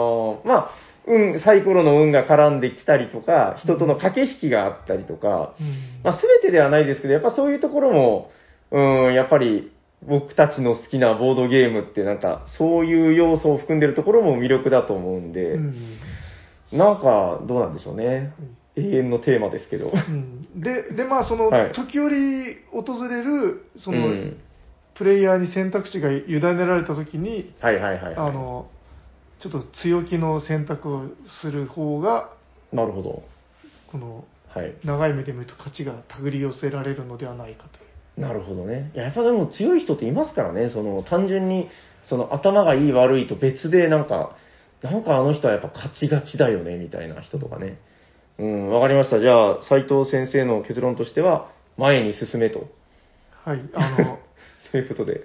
S2: まあ、運、サイコロの運が絡んできたりとか、人との駆け引きがあったりとか、
S1: うん
S2: まあ、全てではないですけど、やっぱそういうところも、うん、やっぱり僕たちの好きなボードゲームってなんか、そういう要素を含んでるところも魅力だと思うんで、
S1: うん
S2: なんか、どうなんでしょうね。永遠のテーマですけど。
S1: うんで、で、まあ、その
S2: はい、
S1: 時折訪れる、その
S2: う、ん
S1: プレイヤーに選択肢が委ねられたときに、
S2: はいはいはい、はい。
S1: あの、ちょっと強気の選択をする方が、
S2: なるほど。
S1: この、
S2: はい。
S1: 長い目で見ると価値が手繰り寄せられるのではないかという。
S2: なるほどね。いややっぱでも強い人っていますからね、その単純にその頭がいい悪いと別でなんか、なんかあの人はやっぱ勝ちがちだよね、みたいな人とかね。うん、わかりました。じゃあ、斉藤先生の結論としては、前に進めと。
S1: はい、あの、
S2: そう いうことで。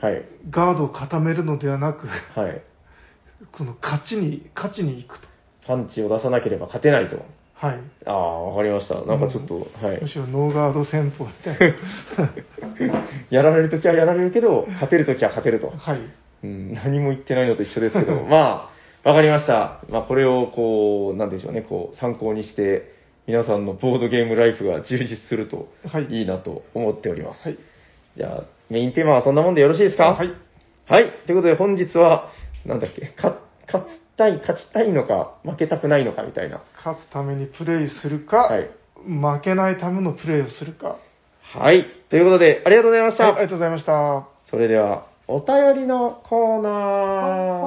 S2: はい。
S1: ガードを固めるのではなく、
S2: はい。
S1: この勝ちに、勝ちに行くと。
S2: パンチを出さなければ勝てないと。
S1: はい。
S2: ああ、わかりました。なんかちょっと、はい
S1: む。しろノーガード戦法みたい な。
S2: やられるときはやられるけど、勝てるときは勝てると。
S1: はい。
S2: うん、何も言ってないのと一緒です けど、まあ、わかりました。まあ、これを、こう、なんでしょうね、こう、参考にして、皆さんのボードゲームライフが充実すると
S1: はい
S2: いいなと思っております。
S1: はい。
S2: じゃあ、メインテーマはそんなもんでよろしいですか
S1: はい。
S2: はい。ということで、本日は、なんだっけ、か勝ちたい、勝ちたいのか、負けたくないのかみたいな。
S1: 勝つためにプレイするか、
S2: はい
S1: 負けないためのプレイをするか。
S2: はい。ということで、ありがとうございました。
S1: はい、ありがとうございました。
S2: それでは、お便りのコーナー。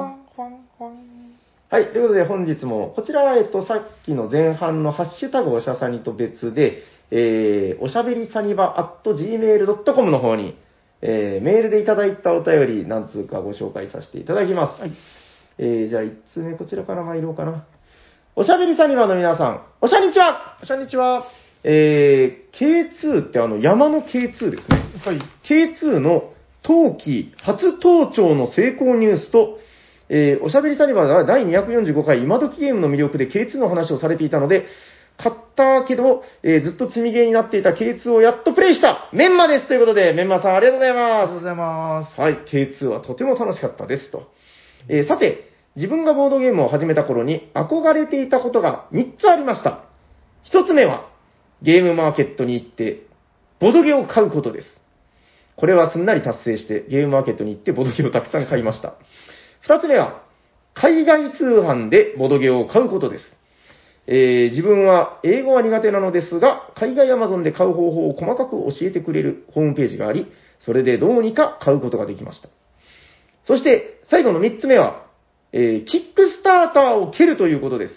S2: はい。ということで、本日も、こちらは、えっと、さっきの前半のハッシュタグおしゃさにと別で、えー、おしゃべりさにば at gmail.com の方に、えー、メールでいただいたお便り、何通かご紹介させていただきます。
S1: はい
S2: えー、じゃあ、1通目、こちらから参ろうかな。おしゃべりさにばの皆さん、おしゃにちはおしゃにちはえー、K2 ってあの、山の K2 ですね。
S1: はい。
S2: K2 の冬季初登頂の成功ニュースと、えーおしゃべりサニバーが第245回今時ゲームの魅力で K2 の話をされていたので、買ったけど、えーずっと積みゲーになっていた K2 をやっとプレイしたメンマですということで、メンマさんありがとうござい
S1: あり
S2: ま
S1: がとう
S2: す
S1: ございます。
S2: はい、K2 はとても楽しかったですと。えーさて、自分がボードゲームを始めた頃に憧れていたことが3つありました。1つ目は、ゲームマーケットに行って、ボドゲを買うことです。これはすんなり達成して、ゲームマーケットに行ってボドゲをたくさん買いました。2つ目は、海外通販でボドゲを買うことです。えー自分は英語は苦手なのですが、海外 Amazon で買う方法を細かく教えてくれるホームページがあり、それでどうにか買うことができました。そして、最後の3つ目は、えーキックスターターを蹴るということです。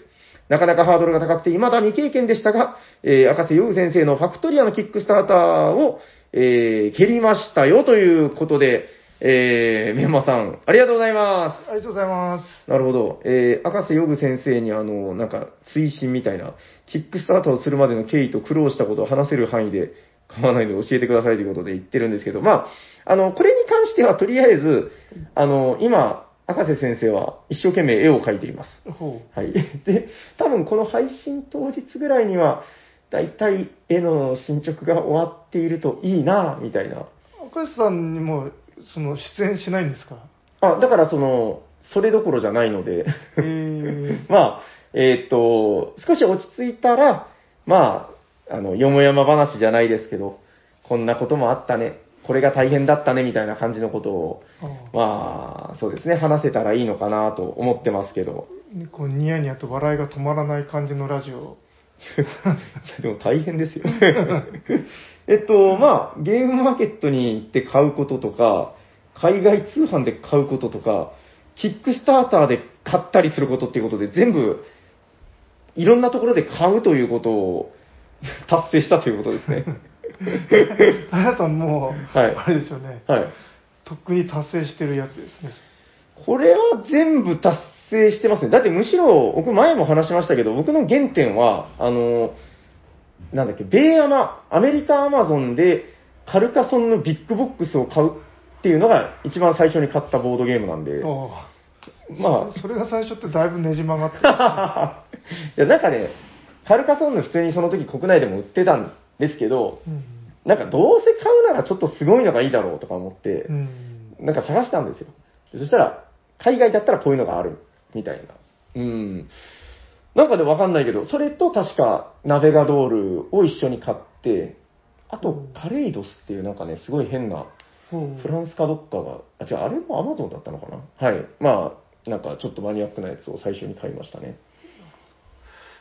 S2: なかなかハードルが高くて、未だ未経験でしたが、えー赤瀬優先生のファクトリアのキックスターターを、えー蹴りましたよということで、えー、メンマさん、ありがとうございます。
S1: ありがとうございます。
S2: なるほど。えー、赤瀬ヨグ先生にあの、なんか、追伸みたいな、キックスタートをするまでの経緯と苦労したことを話せる範囲で、構わないので教えてくださいということで言ってるんですけど、まあ、あの、これに関してはとりあえず、あの、今、赤瀬先生は一生懸命絵を描いています。
S1: ほ
S2: はい。 で、多分この配信当日ぐらいには、だいたい絵の進捗が終わっているといいな、みたいな。
S1: う。赤石さんにも、その、出演しないんです か
S2: あ、だからその、それどころじゃないので、
S1: えー、
S2: まあ、えーっと、少し落ち着いたら、まあ、あの、よもやま話じゃないですけど、こんなこともあったね、これが大変だったね、みたいな感じのことを、
S1: あ
S2: まあ、そうですね、話せたらいいのかなと思ってますけど、
S1: ーこうニヤニヤと笑いが止まらない感じのラジオ。
S2: いや、でも大変ですよ。 えっと、まあ、ゲームマーケットに行って買うこととか、海外通販で買うこととか、キックスターターで買ったりすることっていうことで、全部、いろんなところで買うということを達成したということですね。
S1: あなたもう、
S2: はい
S1: あれですよね。
S2: はい。
S1: とっくに達成してるやつですね。
S2: これは全部達成してますね。だってむしろ、僕前も話しましたけど、僕の原点は、あの、なんだっけ、米アマ、アメリカアマゾンでカルカソンのビッグボックスを買うっていうのが一番最初に買ったボードゲームなんで、
S1: あ
S2: ま
S1: あ、それが最初ってだいぶねじ曲がってる。
S2: あ、 いやなんかね、カルカソンの普通にその時国内でも売ってたんですけ ど、
S1: うん
S2: なんかどうせ買うならちょっとすごいのがいいだろうとか思って、
S1: うん
S2: なんか探したんですよ。でそしたら、海外だったらこういうのがある、みたいな。うん。なんかね、わかんないけど、それと確か、ナベガドールを一緒に買って、あと、カレイドスっていうなんかね、すごい変な、
S1: ほう
S2: フランスかどっかが、あ、違う、あれもアマゾンだったのかなはい。まあ、なんかちょっとマニアックなやつを最初に買いましたね。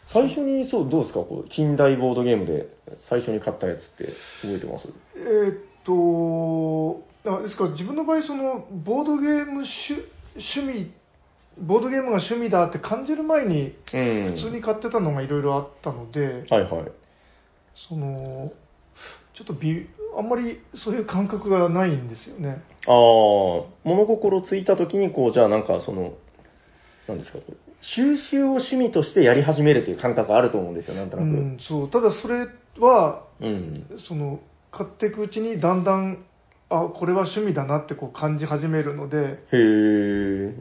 S2: 最初に、そう、どうですかこう、近代ボードゲームで最初に買ったやつって覚えてます
S1: えーっと、あですから自分の場合、そのボードゲーム趣趣味、ボードゲームが趣味だって感じる前に、
S2: うん。
S1: 普通に買ってたのがいろいろあったので、
S2: はいはい。
S1: その、ちょっとびあんまりそういう感覚がないんですよね。
S2: ああ、物心ついた時に、こう、じゃあなんかその、なんですか、これ収集を趣味としてやり始めるという感覚あると思うんですよ、なんと
S1: う
S2: なく。うん。
S1: ん、そう。ただそれは、その、買っていくうちにだんだん、あ、これは趣味だなってこう感じ始めるので、
S2: へえ、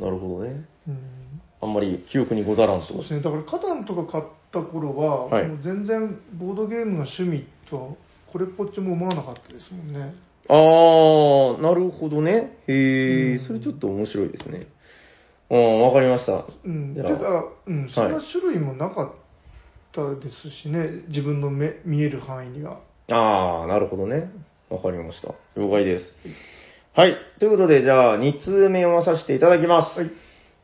S2: なるほどね。
S1: うん、
S2: あんまり記憶にござらんと。
S1: そうですね、だからカタンとか買った頃は、
S2: はい
S1: もう全然ボードゲームが趣味とは、これっぽっちも思わなかったですもんね。
S2: ああ、なるほどね。へえ
S1: う、ん
S2: それちょっと面白いですね。うん、わかりました。
S1: うん、
S2: じ
S1: て
S2: ゃあ
S1: か、うん、そん
S2: は
S1: ない種類もなかったですしね、自分の目見える範囲には。
S2: ああ、なるほどね。わかりました。了解です。はい。ということで、じゃあ、2通目を読まさせていただきます。
S1: はい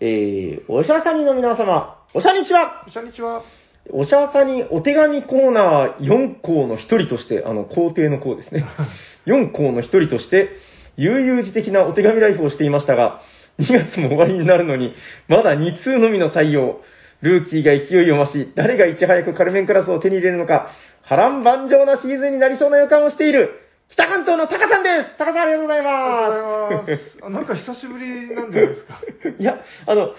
S2: えー、おしゃさにの皆様、おしゃにちは
S1: こんにちは。
S2: おしゃさにお手紙コーナー4校の一人として、あの、皇帝の校 ですね。4校の一人として、悠々自適なお手紙ライフをしていましたが、2月も終わりになるのに、まだ2通のみの採用。ルーキーが勢いを増し、誰がいち早くカルメンクラスを手に入れるのか、波乱万丈なシーズンになりそうな予感をしている、北関東のタカさんですタカさんありがとうござ
S1: あ
S2: い
S1: りがとう
S2: ま
S1: ございます。あなんか久しぶりなんじゃないで すか。
S2: す。いや、あの、ちょっとず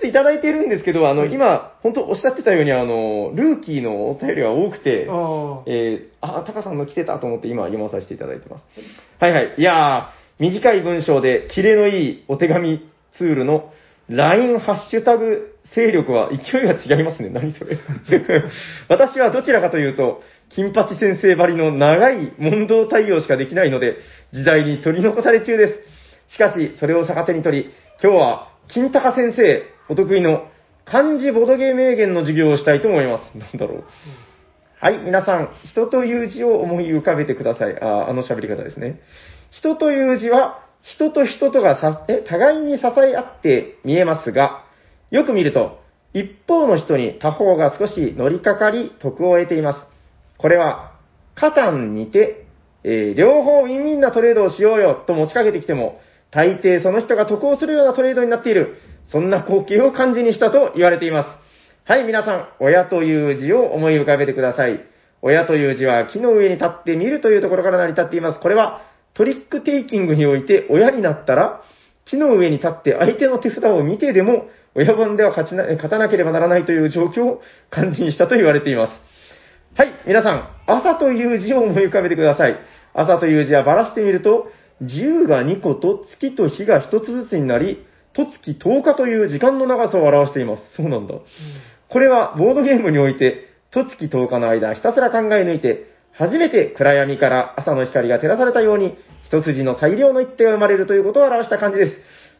S2: ついただいているんですけど、あの、今、本当おっしゃってたように、あの、ルーキーのお便りが多くて、
S1: ああ、
S2: えー、あ、タカさんの来てたと思って今読まさせていただいてます。はいはい。いやー、短い文章でキレのいいお手紙ツールの LINE ハッシュタグ勢力は勢いが違いますね。何それ。私はどちらかというと、金八先生ばりの長い問答対応しかできないので、時代に取り残され中です。しかし、それを逆手に取り、今日は金高先生、お得意の漢字ボドゲ名言の授業をしたいと思います。なんだろう。はい、皆さん、人という字を思い浮かべてください。あーあの喋り方ですね。人という字は、人と人とがさえ互いに支え合って見えますが、よく見ると、一方の人に他方が少し乗りかかり、得を得ています。これは、カタンにて、えー両方ウィンウィンなトレードをしようよと持ちかけてきても、大抵その人が得をするようなトレードになっている。そんな光景を感じにしたと言われています。はい、皆さん、親という字を思い浮かべてください。親という字は木の上に立って見るというところから成り立っています。これは、トリックテイキングにおいて親になったら、木の上に立って相手の手札を見てでも、親番では勝ちな勝たなければならないという状況を感じにしたと言われています。はい、皆さん、朝という字を思い浮かべてください。朝という字はばらしてみると、自由が2個と月と日が1つずつになり、と月10日という時間の長さを表しています。そうなんだ。これはボードゲームにおいて、と月10日の間ひたすら考え抜いて、初めて暗闇から朝の光が照らされたように、一筋の最良の一手が生まれるということを表した感じです。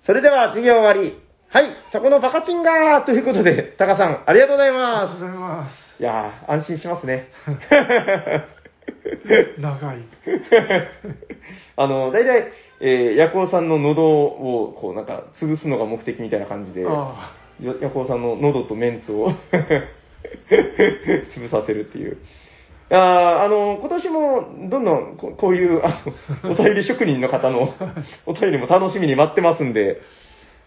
S2: それでは授業終わり。はい、そこのバカチンガーということで、タカさん、ありがとうござい
S1: ありがとうご
S2: ま
S1: ざい ます。
S2: す。いやー、安心しますね。
S1: 長い。
S2: あの、大体、えー、ヤコウさんの喉を、こう、なんか、潰すのが目的みたいな感じで、ヤ
S1: あ
S2: ヤコウさんの喉とメンツを 潰させるっていう。あーあの、今年も、どんどんこ、こういう、あの、お便り職人の方の、 お便りも楽しみに待ってますんで、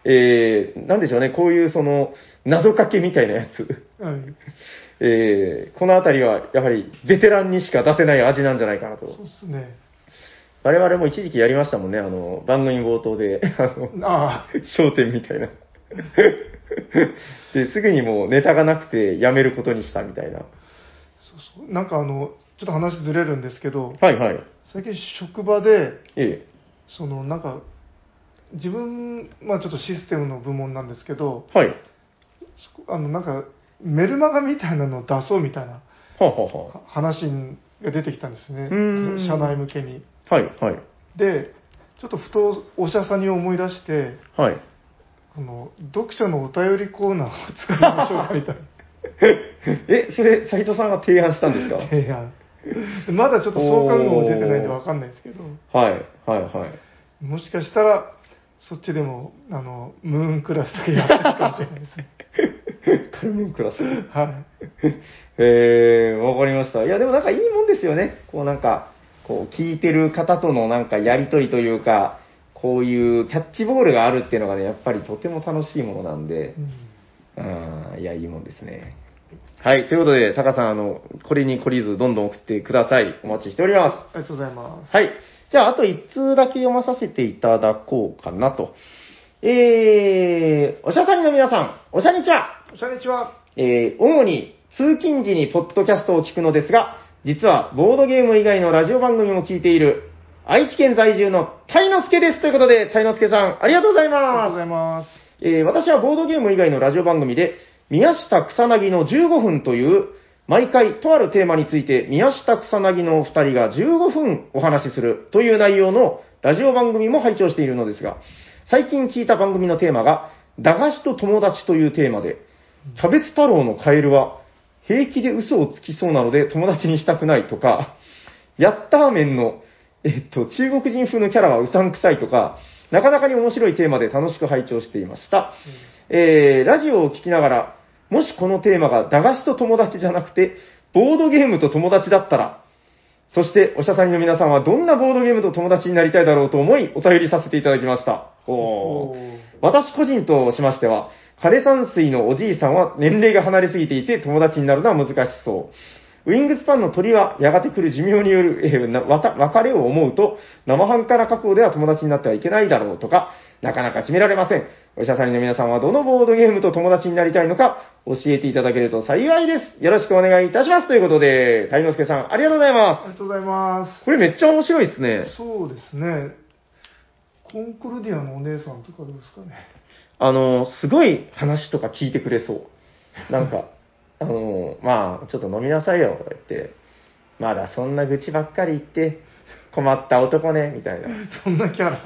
S2: えー、なんでしょうね、こういう、その、謎かけみたいなやつ。
S1: あ、はい。
S2: えー、このあたりは、やはり、ベテランにしか出せない味なんじゃないかなと。
S1: そうですね。
S2: 我々も一時期やりましたもんね、あの、番組冒頭で、 あの、
S1: あ
S2: 焦点みたいな。 で、すぐにもうネタがなくてやめることにしたみたいな。
S1: あ、そうそう。なんかあの、ちょっと話ずれるんですけど、
S2: はいはい。
S1: 最近職場で、
S2: え
S1: そのなんか、自分、まあちょっとシステムの部門なんですけど、
S2: え。はい。
S1: そこあのなんか、メルマガみたいなのを出そうみたいな
S2: はあ、はあは
S1: は話が出てきたんですね
S2: うーん。
S1: 社内向けに。
S2: あ、はいはい。
S1: で、ちょっとふとおしゃさに思い出して、
S2: はい。
S1: この読者のお便りコーナーを作りましょうかみたいな。
S2: え、それ、斉藤さんが 提案したんですか
S1: 提案まだちょっと相関号も出てないんでわかんないですけど
S2: はいはいはい。
S1: もしかしたらそっちでもあのムーンクラスとかやってるかもしれないですね
S2: カルムンクラス。
S1: は
S2: えー、わかりました。いや、でもなんかいいもんですよね。こうなんか、こう聞いてる方とのなんかやりとりというか、こういうキャッチボールがあるっていうのがね、やっぱりとても楽しいものなん
S1: い
S2: で、
S1: うん
S2: あーいや、いいもんですね。はい、ということで、タカさん、あの、これに懲りず、どんどん送ってください。お待ちしております。
S1: ありがとうございます
S2: はい。じゃあ、あと1通だけ読まさせていただこうかなと。えー、おしゃさんの皆さん、おしゃにちは
S1: おしゃれちは
S2: えー主に通勤時にポッドキャストを聞くのですが、実はボードゲーム以外のラジオ番組も聞いている、愛知県在住のタイノスケですということで、タイノスケさん、ありがとうござ
S1: あ
S2: い
S1: りがとうご
S2: ます。
S1: ざいます
S2: えー私はボードゲーム以外のラジオ番組で、宮下草薙の15分という、毎回とあるテーマについて、宮下草薙のお二人が15分お話しするという内容のラジオ番組も拝聴しているのですが、最近聞いた番組のテーマが、駄菓子と友達というテーマで、キャベツ太郎のカエルは、平気で嘘をつきそうなので友達にしたくないとか、ヤッターメンの、えっと、中国人風のキャラはうさんくさいとか、なかなかに面白いテーマで楽しく拝聴していました。えー、ラジオを聞きながら、もしこのテーマが駄菓子と友達じゃなくて、ボードゲームと友達だったら、そして、おしゃさんの皆さんはどんなボードゲームと友達になりたいだろうと思い、お便りさせていただきました。お
S1: お
S2: ー
S1: ー
S2: 私個人としましては、枯山水のおじいさんは年齢が離れすぎていて友達になるのは難しそう。ウィングスパンの鳥はやがて来る寿命による、えーなわた別れを思うと、生半可な覚悟では友達になってはいけないだろうとか、なかなか決められません。お医者さんの皆さんはどのボードゲームと友達になりたいのか教えていただけると幸いです。よろしくお願いいたします。ということで、谷之助さん、ありがとうござい
S1: あり
S2: ま。
S1: がとうございます
S2: これめっちゃ面白いですね
S1: す。そうですねコンコルディアのお姉さんとかどうですかね
S2: あの、すごい話とか聞いてくれそう。なんか、あの、まあ、ちょっと飲みなさいよとか言って、まだそんな愚痴ばっかり言って、困った男ね、みたいな。 い
S1: そんなキャラ。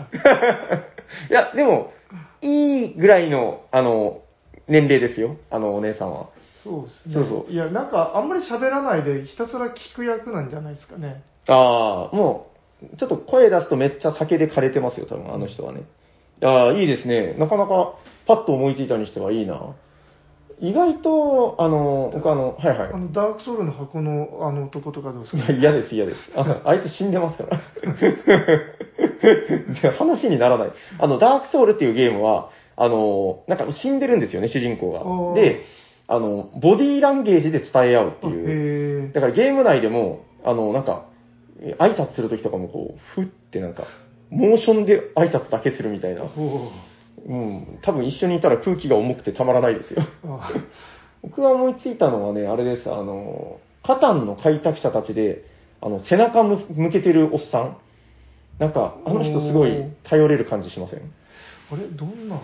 S2: や、でも、いいぐらいの、あの、年齢ですよ、あの、お姉さんは。
S1: そうですね。
S2: そうそう
S1: いや、なんか、あんまり喋らないで、ひたすら聞く役なんじゃないですかね。
S2: ああ、もう、ちょっと声出すとめっちゃ酒で枯れてますよ、多分あの人はね。ああ、いいですね。なかなか、パッと思いついたにしてはいいな。意外と、あの、僕あの、はいはい
S1: あ。の、ダークソウルの箱のあの男とかどうです
S2: い
S1: か
S2: や嫌です、嫌です。ああいつ死んでますから。 で話にならない。あの、ダークソウルっていうゲームは、あの、なんか死んでるんですよね、主人公
S1: おー
S2: が。で、あの、ボディーランゲージで伝え合うっていう。
S1: へえ。
S2: だからゲーム内でも、あの、なんか、え挨拶するときとかもこう、ふってなんか、モーションで挨拶だけするみたいな。
S1: ほ
S2: うん、多分一緒にいたら空気が重くてたまらないですよ。
S1: う。あ
S2: 僕が思いついたのはね、あれです、あの、カタンの開拓者たちで、あの、背中む向けてるおっさん。なんか、あの人すごい頼れる感じしません
S1: あれどんな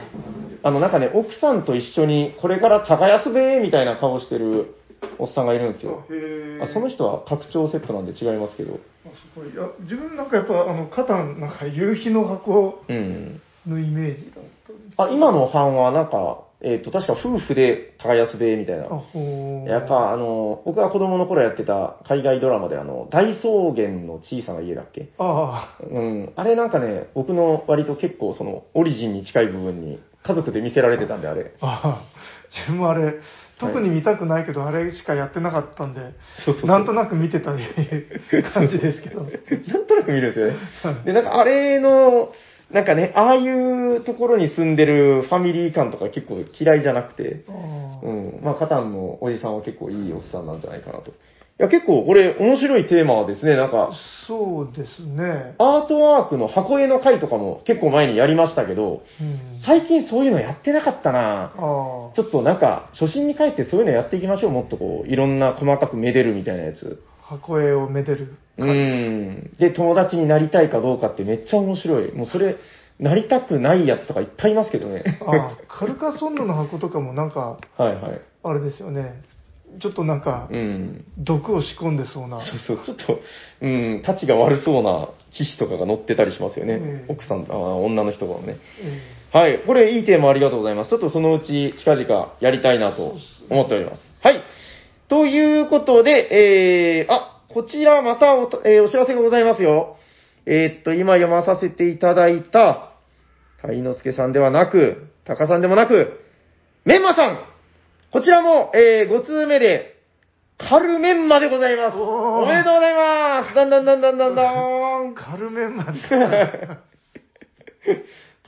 S2: あの、なんかね、奥さんと一緒に、これから耕すべーみたいな顔してるおっさんがいるんですよ。
S1: へ
S2: あその人は拡張セットなんで違いますけど。
S1: あすごいいや自分なんかやっぱあの肩なんか夕日の箱
S2: うん。
S1: のイメージだったんです
S2: あ、今の版はなんか、えっ、と、確か夫婦で耕すべみたい
S1: あ
S2: な。
S1: ほう
S2: やっぱ、あの、僕が子供の頃やってた海外ドラマで、あの、大草原の小さな家だっけ
S1: あ
S2: うん。あれなんかね、僕の割と結構その、オリジンに近い部分に家族で見せられてたんで、あれ。
S1: ああ自分もあれ特に見たくないけど、あれしかやってなかったんで
S2: そうそうそう
S1: なんとなく見てたり 感じですけ ど
S2: なんとなく見るんですよね
S1: は。い
S2: で、なんかあれの、なんかね、ああいうところに住んでるファミリー感とか結構嫌いじゃなくて。
S1: ああ
S2: うん。まあ、カタンのおじさんは結構いいおっさんなんじゃないかなと。いや、結構これ面白いテーマですね。なんか、
S1: そうですね、
S2: アートワークの箱絵の回とかも結構前にやりましたけど、
S1: うん、
S2: 最近そういうのやってなかったな
S1: あ
S2: ちょっとなんか、初心に帰ってそういうのやっていきましょう。もっとこう、いろんな細かくめでるみたいなやつ。
S1: あ箱絵をめでる
S2: うん。で、友達になりたいかどうかってめっちゃ面白い。もうそれ、なりたくないやつとかいっぱいいますけど ね。
S1: ああカルカソンヌの箱とかもなんか
S2: はいはい。
S1: あれですよねちょっとなんか
S2: うん。
S1: 毒を仕込んでそうな
S2: そうそう、ちょっと、うん、たちが悪そうな皮脂とかが乗ってたりしますよね。
S1: うん
S2: 奥さん、あ女の人がね。
S1: ええ
S2: はい、これいいテーマありがとうございます。ちょっとそのうち近々やりたいなと思っております。はい。ということで、えー、あ、こちらまたお,、えーお知らせがございますよ。えーっと、今読まさせていただいた、貝之助さんではなく、タカさんでもなく、メンマさんこちらも、えー、5通目で、カルメンマでございます
S1: おー
S2: おめでとうございますだんだんだんだんだんだーん
S1: カルメンマン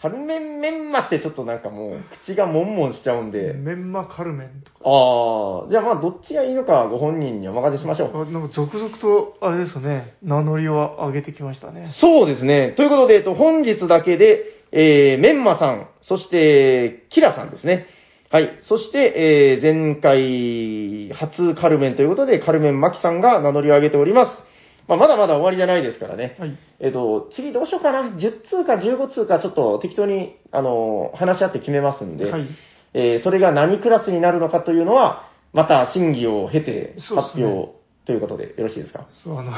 S2: カルメンメンマってちょっとなんかもう口がもんもんしちゃうん で。
S1: メンマカルメンとか。
S2: ああ、じゃあまあどっちがいいのかご本人にお任せしましょう。
S1: あなんか続々と、あれですね、名乗りを上げてきましたね。
S2: そうですね。ということで、えっと、本日だけで、えー、メンマさん、そして、キラさんですね。はい。そして、えー、前回、初カルメンということで、カルメンマキさんが名乗りを上げております。まあ、まだまだ終わりじゃないですからね。
S1: はい。
S2: えっと、次どうしようかな。10通か15通かちょっと適当に、あの、話し合って決めますんで。
S1: はい。
S2: えーそれが何クラスになるのかというのは、また審議を経て
S1: そうです
S2: 発
S1: ね
S2: 表ということでよろしいですか
S1: そう、あの、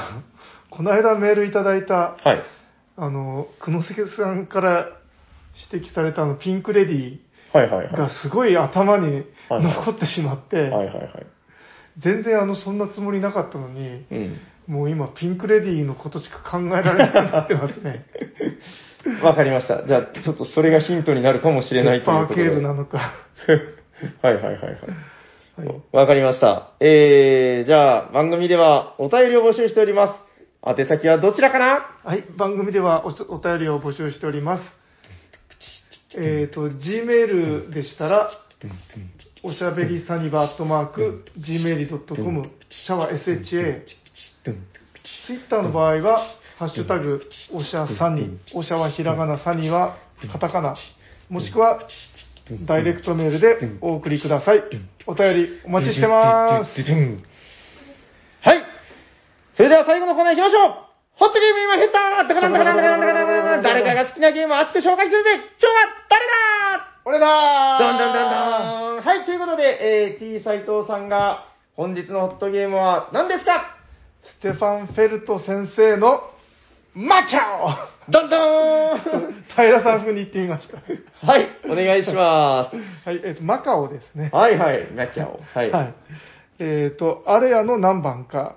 S1: この間メールいただいた、
S2: はい。
S1: あの、久野助さんから指摘されたあの、ピンクレディ
S2: はいはいは
S1: がすごい頭に
S2: はいはい
S1: 残ってしまっ
S2: い。はい
S1: て、
S2: はいはい。
S1: 全然あの、そんなつもりなかったのに、
S2: うん。
S1: もう今、ピンクレディのことしか考えられなくなってます ね。
S2: わかりました。じゃあ、ちょっとそれがヒントになるかもしれないとい
S1: パ
S2: う
S1: ー
S2: こと
S1: ケ
S2: で。
S1: ーブなのか。
S2: はいはいはいはい。
S1: はい。
S2: わかりました。えー、じゃあ、番組ではお便りを募集しております。宛先はどちらかな
S1: はい、番組ではおお便りを募集しております。えっ、と、Gmail でしたら、おしゃべりサニバーアットマーク、gmail.com、シャワー SHA。Twitter の場合は、ハッシュタグ、おしゃサニ、おしゃはひらがな、サニはカタカナ、もしくは、ダイレクトメールでお送りください。お便りお待ちしてます。
S2: はい。それでは最後のコーナー行きましょうホットゲーム今減っただからだからだからだからだから誰かが好きなゲームを熱く紹介するぜ今日は誰だ俺だー
S1: どんどんど
S2: どんはい、ということで、えー、T 斎藤さんが、本日のホットゲームは何ですか
S1: ステファン・フェルト先生のマキャオ
S2: どんどーん
S1: 平さん風に言ってみました。
S2: はい、お願いします。
S1: はい、えっ、と、マカオですね。
S2: はいはい、なっちゃおう。はい。
S1: はい。えっ、と、あれやの何番か。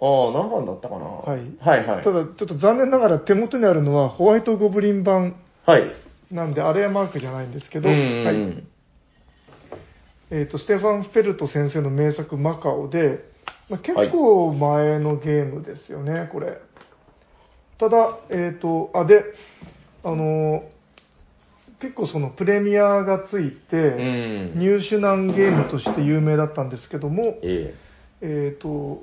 S2: ああ、何番だったかな、
S1: はい
S2: はいはい。
S1: ただ、ちょっと残念ながら手元にあるのはホワイトゴブリン版
S2: はい。
S1: なんで、あれやマークじゃないんですけど、
S2: うんうん
S1: は
S2: う
S1: い
S2: ん。
S1: えっ、と、ステファン・フェルト先生の名作マカオで、まあ、結構前のゲームですよね、これ。ただ、えっ、と、あ、で、あのー結構そのプレミアがついて、
S2: うん。
S1: 入手難ゲームとして有名だったんですけども、
S2: え
S1: えー、と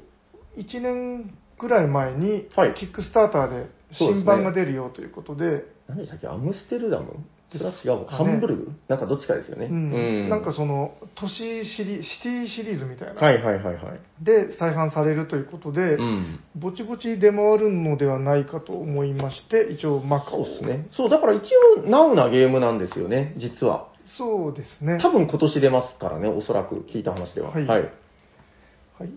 S1: 1年くらい前に、
S2: はい
S1: キックスターターで
S2: そうですね
S1: 新版が出るよということで、
S2: え何でしたっけアムステルダムそれは違う。
S1: ね
S2: ハンブルグ、なんかどっちかですよね。
S1: うんなんかその都市シリシティシリーズみたいな、
S2: はいはいはいはい。
S1: で再販されるということで、
S2: うん。
S1: ぼちぼち出回るのではないかと思いまして一応マカ
S2: そ
S1: オ
S2: うですね。そう、だから一応、ナウなゲームなんですよね、実は。
S1: そうですね
S2: 多分今年出ますからね、おそらく聞いた話では。
S1: はい
S2: はい。
S1: はい、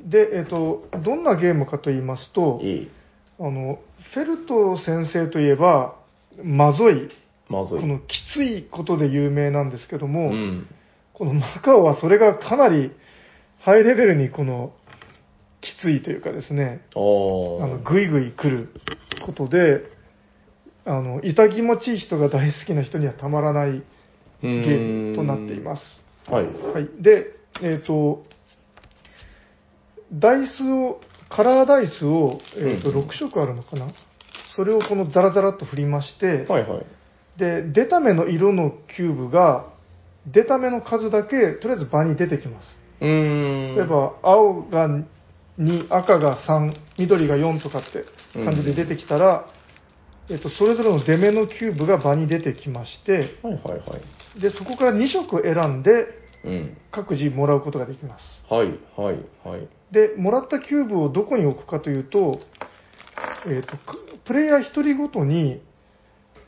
S1: で、えー、とどんなゲームかと言いますと
S2: いい。
S1: あのフェルト先生といえばまぞい
S2: まずい。
S1: このきついことで有名なんですけど
S2: う
S1: も、
S2: ん。
S1: このマカオはそれがかなりハイレベルにこのきついというかですね、あの
S2: あ
S1: ぐいぐい来ることで、あの痛気持ちいい人が大好きな人にはたまらない
S2: あ。
S1: ゲ
S2: ゲ。
S1: ームとなっています
S2: はい。
S1: はい、で、えっ、と、ダイスを、カラーダイスを、えー、と
S2: うんうん
S1: 6色あるのかな、それをこのザラザラっと振りまして、
S2: はいはい。
S1: で、出た目の色のキューブが、出た目の数だけ、とりあえず場に出てきます。
S2: うーん。
S1: 例え、ば、青が2、赤が3、緑が4とかって感じで出てきたら、えっと、それぞれの出目のキューブが場に出てきまして、
S2: はいはいはい。
S1: で、そこから2色選んで、
S2: うん。
S1: 各自もらうことができます。
S2: はいはいはい。
S1: で、もらったキューブをどこに置くかというと、えっと、くプレイヤー1人ごとに、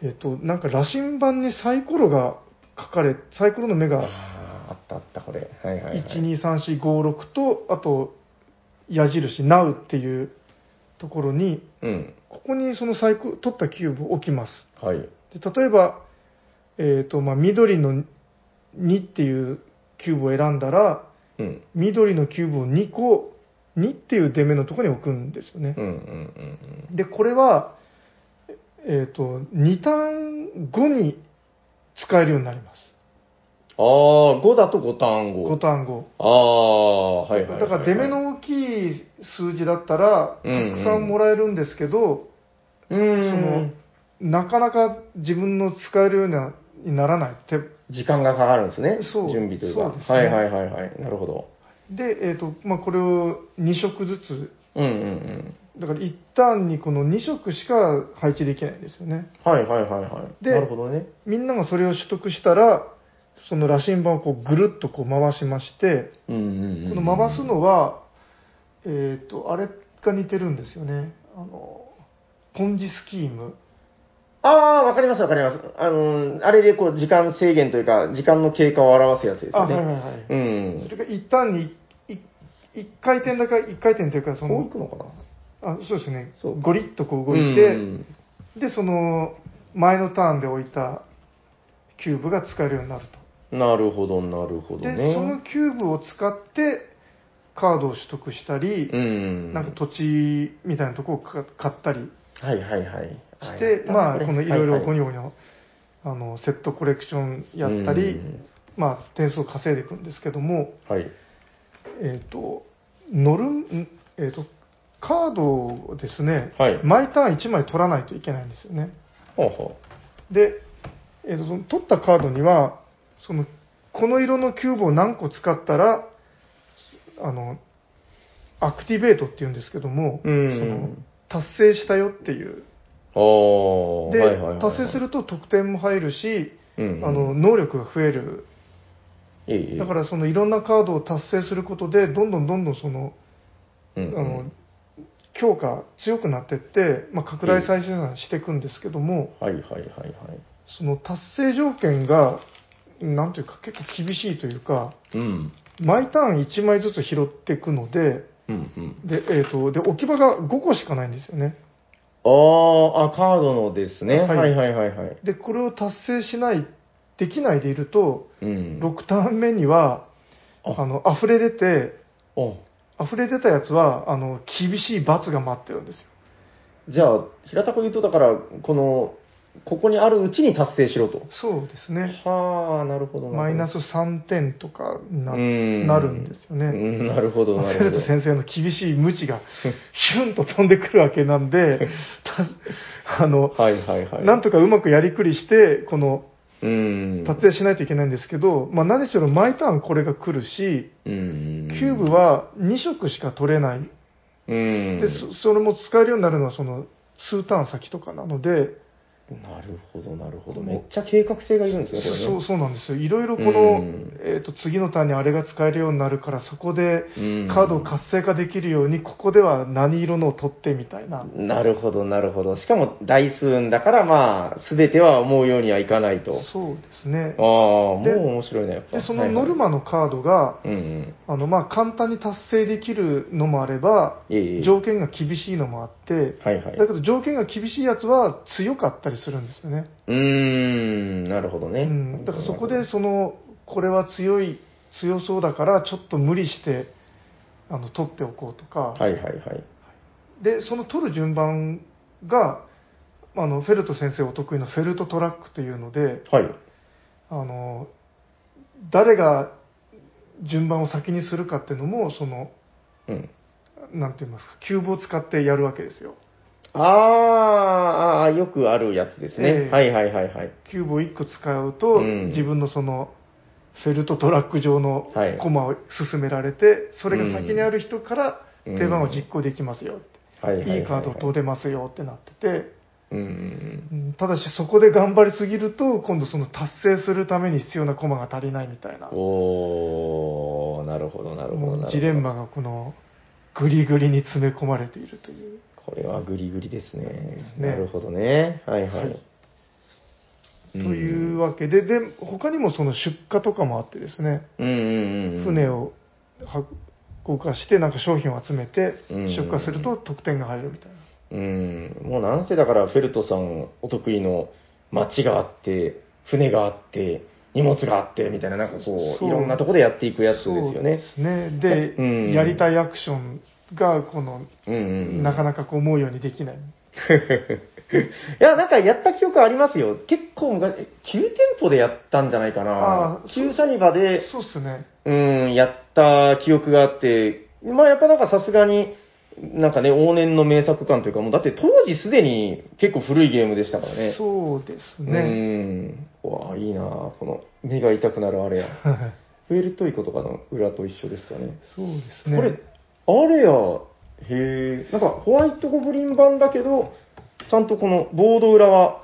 S1: えっと、なんか羅針盤にサイコロが書かれ、サイコロの目が
S2: あーあったあったこれ。はいはい、はい。
S1: 12345とあと矢印 NOW っていうところに
S2: うん。
S1: ここにそのサイコ取ったキューブを置きます
S2: はい。
S1: で例えば、えーとまあ、緑の2っていうキューブを選んだら
S2: うん。
S1: 緑のキューブを2個2っていう出目のところに置くんですよね
S2: うんうんうん
S1: でこれは、えー、と2ターン後に使えるようになります
S2: うん。ああ、五だと五単語。
S1: 5ターン後
S2: ああ、はいはいはい、はい。
S1: だから出目の大きい数字だったら、
S2: うんうん
S1: たくさんもらえるんですけど、
S2: う
S1: そ
S2: ーん、
S1: のなかなか自分の使えるようにはにならないって。
S2: 時間がかかるんですね。
S1: そう
S2: 準備というか。
S1: そうですね
S2: はいはいはいはい。なるほど。
S1: で、えーとまあ、これを2色ずつ、
S2: うんうんうん。
S1: だから一旦にこの2色しか配置できないんですよね。
S2: はいはいはいはい。
S1: で
S2: なるほどね。
S1: みんながそれを取得したら、その羅針盤をこうぐるっとこう回しまして、
S2: うんうんうん。
S1: この回すのは、えー、とあれが似てるんですよね。あのポンジスキーム。
S2: ああ、わかりますわかります。あのー、あれでこう、時間制限というか、時間の経過を表すやつです
S1: あ、
S2: よ
S1: はいは
S2: ね。
S1: いはい。
S2: うん。
S1: それが一旦にい一回転だか一回転というかそ
S2: こう行
S1: の
S2: くのかな
S1: あそうですね
S2: そう
S1: ゴリッとこう動いて、
S2: うん
S1: でその前のターンで置いたキューブが使えるようになる
S2: なるほど、なるほ
S1: と
S2: どね。
S1: でそのキューブを使ってカードを取得したり、
S2: うん。
S1: なんか土地みたいなとこをか買ったり
S2: はいはいはい。
S1: して、まあこのいろいろゴニ
S2: ョ
S1: ョゴニョあのセットコレクションやったり、まあ点数を稼いでいくんですけども、
S2: はい。
S1: えっ、と、乗る、んえっ、と、カードをですね、
S2: はい
S1: 毎ターン1枚取らないといけないんですよね。
S2: ほうほ
S1: で、えっ、と、その取ったカードには、その、この色のキューブを何個使ったら、あの、アクティベートっていうんですけども、
S2: うん
S1: その、達成したよっていう。
S2: う。おー
S1: で、
S2: はいはいはいはい
S1: 達成すると得点も入るし、
S2: うんうん
S1: あの、能力が増える
S2: いいいい
S1: だからそのいろんなカードを達成することでどんどんどんどんその
S2: うんうん
S1: あの強化強くなってって、まあ、拡大再生産していくんですけども、
S2: はいはいはいはい。
S1: その達成条件がなんていうか、結構厳しいというか、
S2: うん。
S1: 毎ターン1枚ずつ拾っていくので、
S2: うんうん。
S1: で、えっ、と、で、置き場が5個しかないんですよね。
S2: あーあ、カードのですね。
S1: はい
S2: はいはいはいはい。
S1: で、これを達成しない、できないでいると、
S2: うん。
S1: 6ターン目には、
S2: あ
S1: あの、溢れ出て、
S2: あ
S1: 溢れ出たやつは、あの、厳しい罰が待ってるんですよ。
S2: じゃあ、平たく言うと、だから、この、ここにあるうちに達成しろと。
S1: そうですね。
S2: はあ、なるほど。
S1: マイナ
S2: ス
S1: ス3点とかな
S2: な
S1: なるんですよね。
S2: なるほど、な
S1: アフ
S2: るほ
S1: レ
S2: ど
S1: ル ト。先生の厳しい無知が、シュンと飛んでくるわけなん で、たあの、
S2: はいはいはい。
S1: なんとかうまくやりくりして、この、
S2: うん。
S1: 達成しないといけないんですけど、まあ何しろ毎ターンこれが来るし、
S2: うん。
S1: キューブ、は2色しか取れない。
S2: うん。
S1: で、そそれも使えるようになるのはその、数ターン先とかなので、
S2: なるほど、なるほど。めっちゃ計画性がいるんですね、これね。
S1: そうそうなんですよ。いろいろこ
S2: う
S1: の
S2: ん、
S1: えっと、次のターンにあれが使えるようになるから、そこで、
S2: うん
S1: カードを活性化できるように、ここでは何色のを取ってみたいな。
S2: なるほど、なるほど。しかも、大数運だから、まあ、すべては思うようにはいかないと。
S1: そうですね
S2: ああ、。もう
S1: で
S2: 面白いね、やっぱ。
S1: で、そ
S2: は
S1: の
S2: いはい
S1: ノルマのカードが、
S2: うんうん。
S1: あの、まあ、簡単に達成できるのもあれば、
S2: いえいえ。
S1: 条件が厳しいのもあって、
S2: はいはい。
S1: だけど条件が厳しいやつは強かったりするんですよね。
S2: うーん、なるほどね。
S1: うん。だからそこで、その、これは強い、強そうだから、ちょっと無理して、あの、取っておこうとか、
S2: はいはいはい。
S1: で、その取る順番が、あの、フェルト先生お得意のフェルトトラックというので、
S2: はい。
S1: あの、誰が順番を先にするかっていうのも、その、
S2: うん。
S1: なんて言いますか、キューブを使ってやるわけですよ。
S2: あーあー、よくあるやつですね。
S1: ええ
S2: はいはいはいはい。
S1: キューブを1個使うと、
S2: うん
S1: 自分のその、フェルトトラック上の
S2: はい
S1: コマを進められて、それが先にある人から
S2: うん
S1: 手番を実行できますよって、
S2: はいはいはい
S1: いカードを取
S2: る。
S1: れますよってなってて、
S2: うんうん
S1: うんただしそこで頑張りすぎると、今度その達成するために必要なコマが足りないみたいな
S2: うん。、おー、なるほどなるほどなるほ
S1: も
S2: ど。
S1: うジレンマがこの、ぐりぐりに詰め込まれているという。
S2: これはグリグリですね。
S1: すね
S2: なるほどね。はいは
S1: はいい。というわけで、で、他にもその出荷とかもあってですね、
S2: うんうんうんうん。
S1: 船。を運かして、なんか商品を集めて、
S2: うん
S1: 出荷すると得点が入るみたいな。
S2: うん。もうなんせだから、フェルトさんお得意の街があって、船があって、荷物があって、みたいな、なんかこう、
S1: そう
S2: いろんなとこでやっていくやつです
S1: そう
S2: よね。
S1: ですね。で、
S2: うん
S1: やりたいアクションが、この、
S2: うんうんうん。
S1: なかなかこう思うようにできない。
S2: いや、なんかやった記憶ありますよ。結構昔、9店舗でやったんじゃないかな
S1: あ。ー
S2: 旧サニバで、
S1: そうっすね。
S2: うん、やった記憶があって、まあやっぱなんかさすがに、なんかね、往年の名作感というか、もうだって当時すでに結構古いゲームでしたからね。
S1: そうですね。
S2: うん。うわあいいなあこの目が痛くなるあれや。
S1: はい
S2: プエルトリコとかの裏と一緒ですかね。
S1: そうですね。
S2: これ、あれや、へえ、なんかホワイトゴブリン版だけど、ちゃんとこのボード裏は、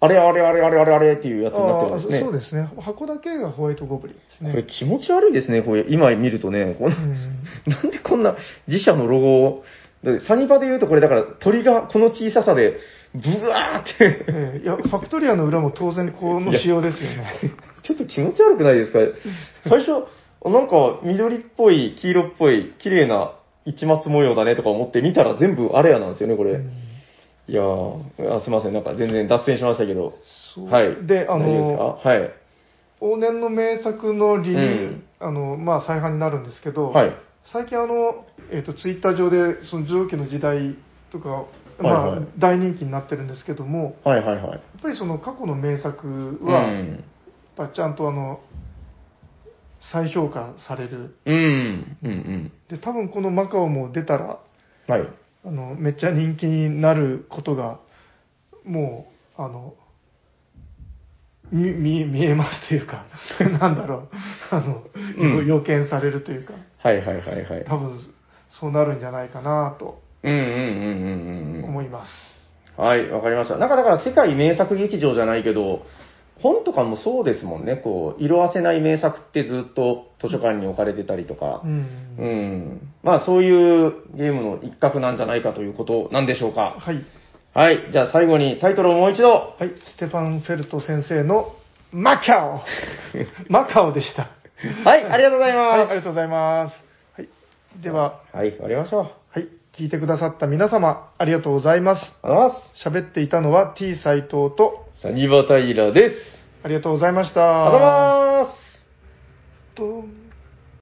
S2: あれあれあれあれあれあれっていうやつになってるんですね。
S1: あーそうですね。箱だけがホワイトゴブリンですね。
S2: これ気持ち悪いですね、これ今見るとね。こん
S1: うん
S2: なんでこんな自社のロゴを、だってサニバで言うとこれだから鳥がこの小ささで、ブワーって、
S1: ええいや、ファクトリアの裏も当然この仕様ですよね。
S2: ちょっと気持ち悪くないですか最初、なんか緑っぽい、黄色っぽい、綺麗な市松模様だねとか思って見たら全部あれやなんですよね、これ。
S1: うん
S2: いやーあすいません、なんか全然脱線しましたけど。
S1: そう
S2: はい。
S1: で、あ
S2: 大丈夫ですか
S1: の、
S2: はい。
S1: 往年の名作のリニュー、
S2: うん
S1: あの、まあ、再販になるんですけど、
S2: はい。
S1: 最近あの、えっ、と、ツイッター上で、その上記の時代とか、まあ、
S2: はいはい
S1: 大人気になってるんですけども、
S2: はいはいはい。
S1: やっぱりその過去の名作
S2: う
S1: は、
S2: ん。
S1: やっぱちゃんとあの、再評価される。
S2: うん。うんうん。
S1: で、多分このマカオも出たら、
S2: はい。
S1: あの、めっちゃ人気になることが、もう、あの、み、見え、見えますというか、 なんだろう、あの、
S2: うん
S1: 予見されるというか、
S2: はいはいはいはい。
S1: 多分、そうなるんじゃないかなと
S2: うんうんうんうんうんうん。
S1: 思います。
S2: はい、わかりました。なんかだから世界名作劇場じゃないけど、本とかもそうですもんね。こう、色褪せない名作ってずっと図書館に置かれてたりとか
S1: う。ん。
S2: うん。まあそういうゲームの一角なんじゃないかということなんでしょうか。
S1: はい。
S2: はい。じゃあ最後にタイトルをもう一度。
S1: はい。ステファン・フェルト先生のマカオ マカオでした。
S2: はい、ありがとうござい
S1: はい、あ
S2: ま
S1: りがとうございます。はい、では、
S2: す。はい、終わりましょう。
S1: はい、聞いてくださった皆様、ありがとうございます。
S2: ありがとうございま
S1: 喋っていたのは T 斎藤と、
S2: す。サニバタイラです。
S1: ありがとうございまし
S2: あ
S1: た。
S2: りがとうございます。
S1: どうも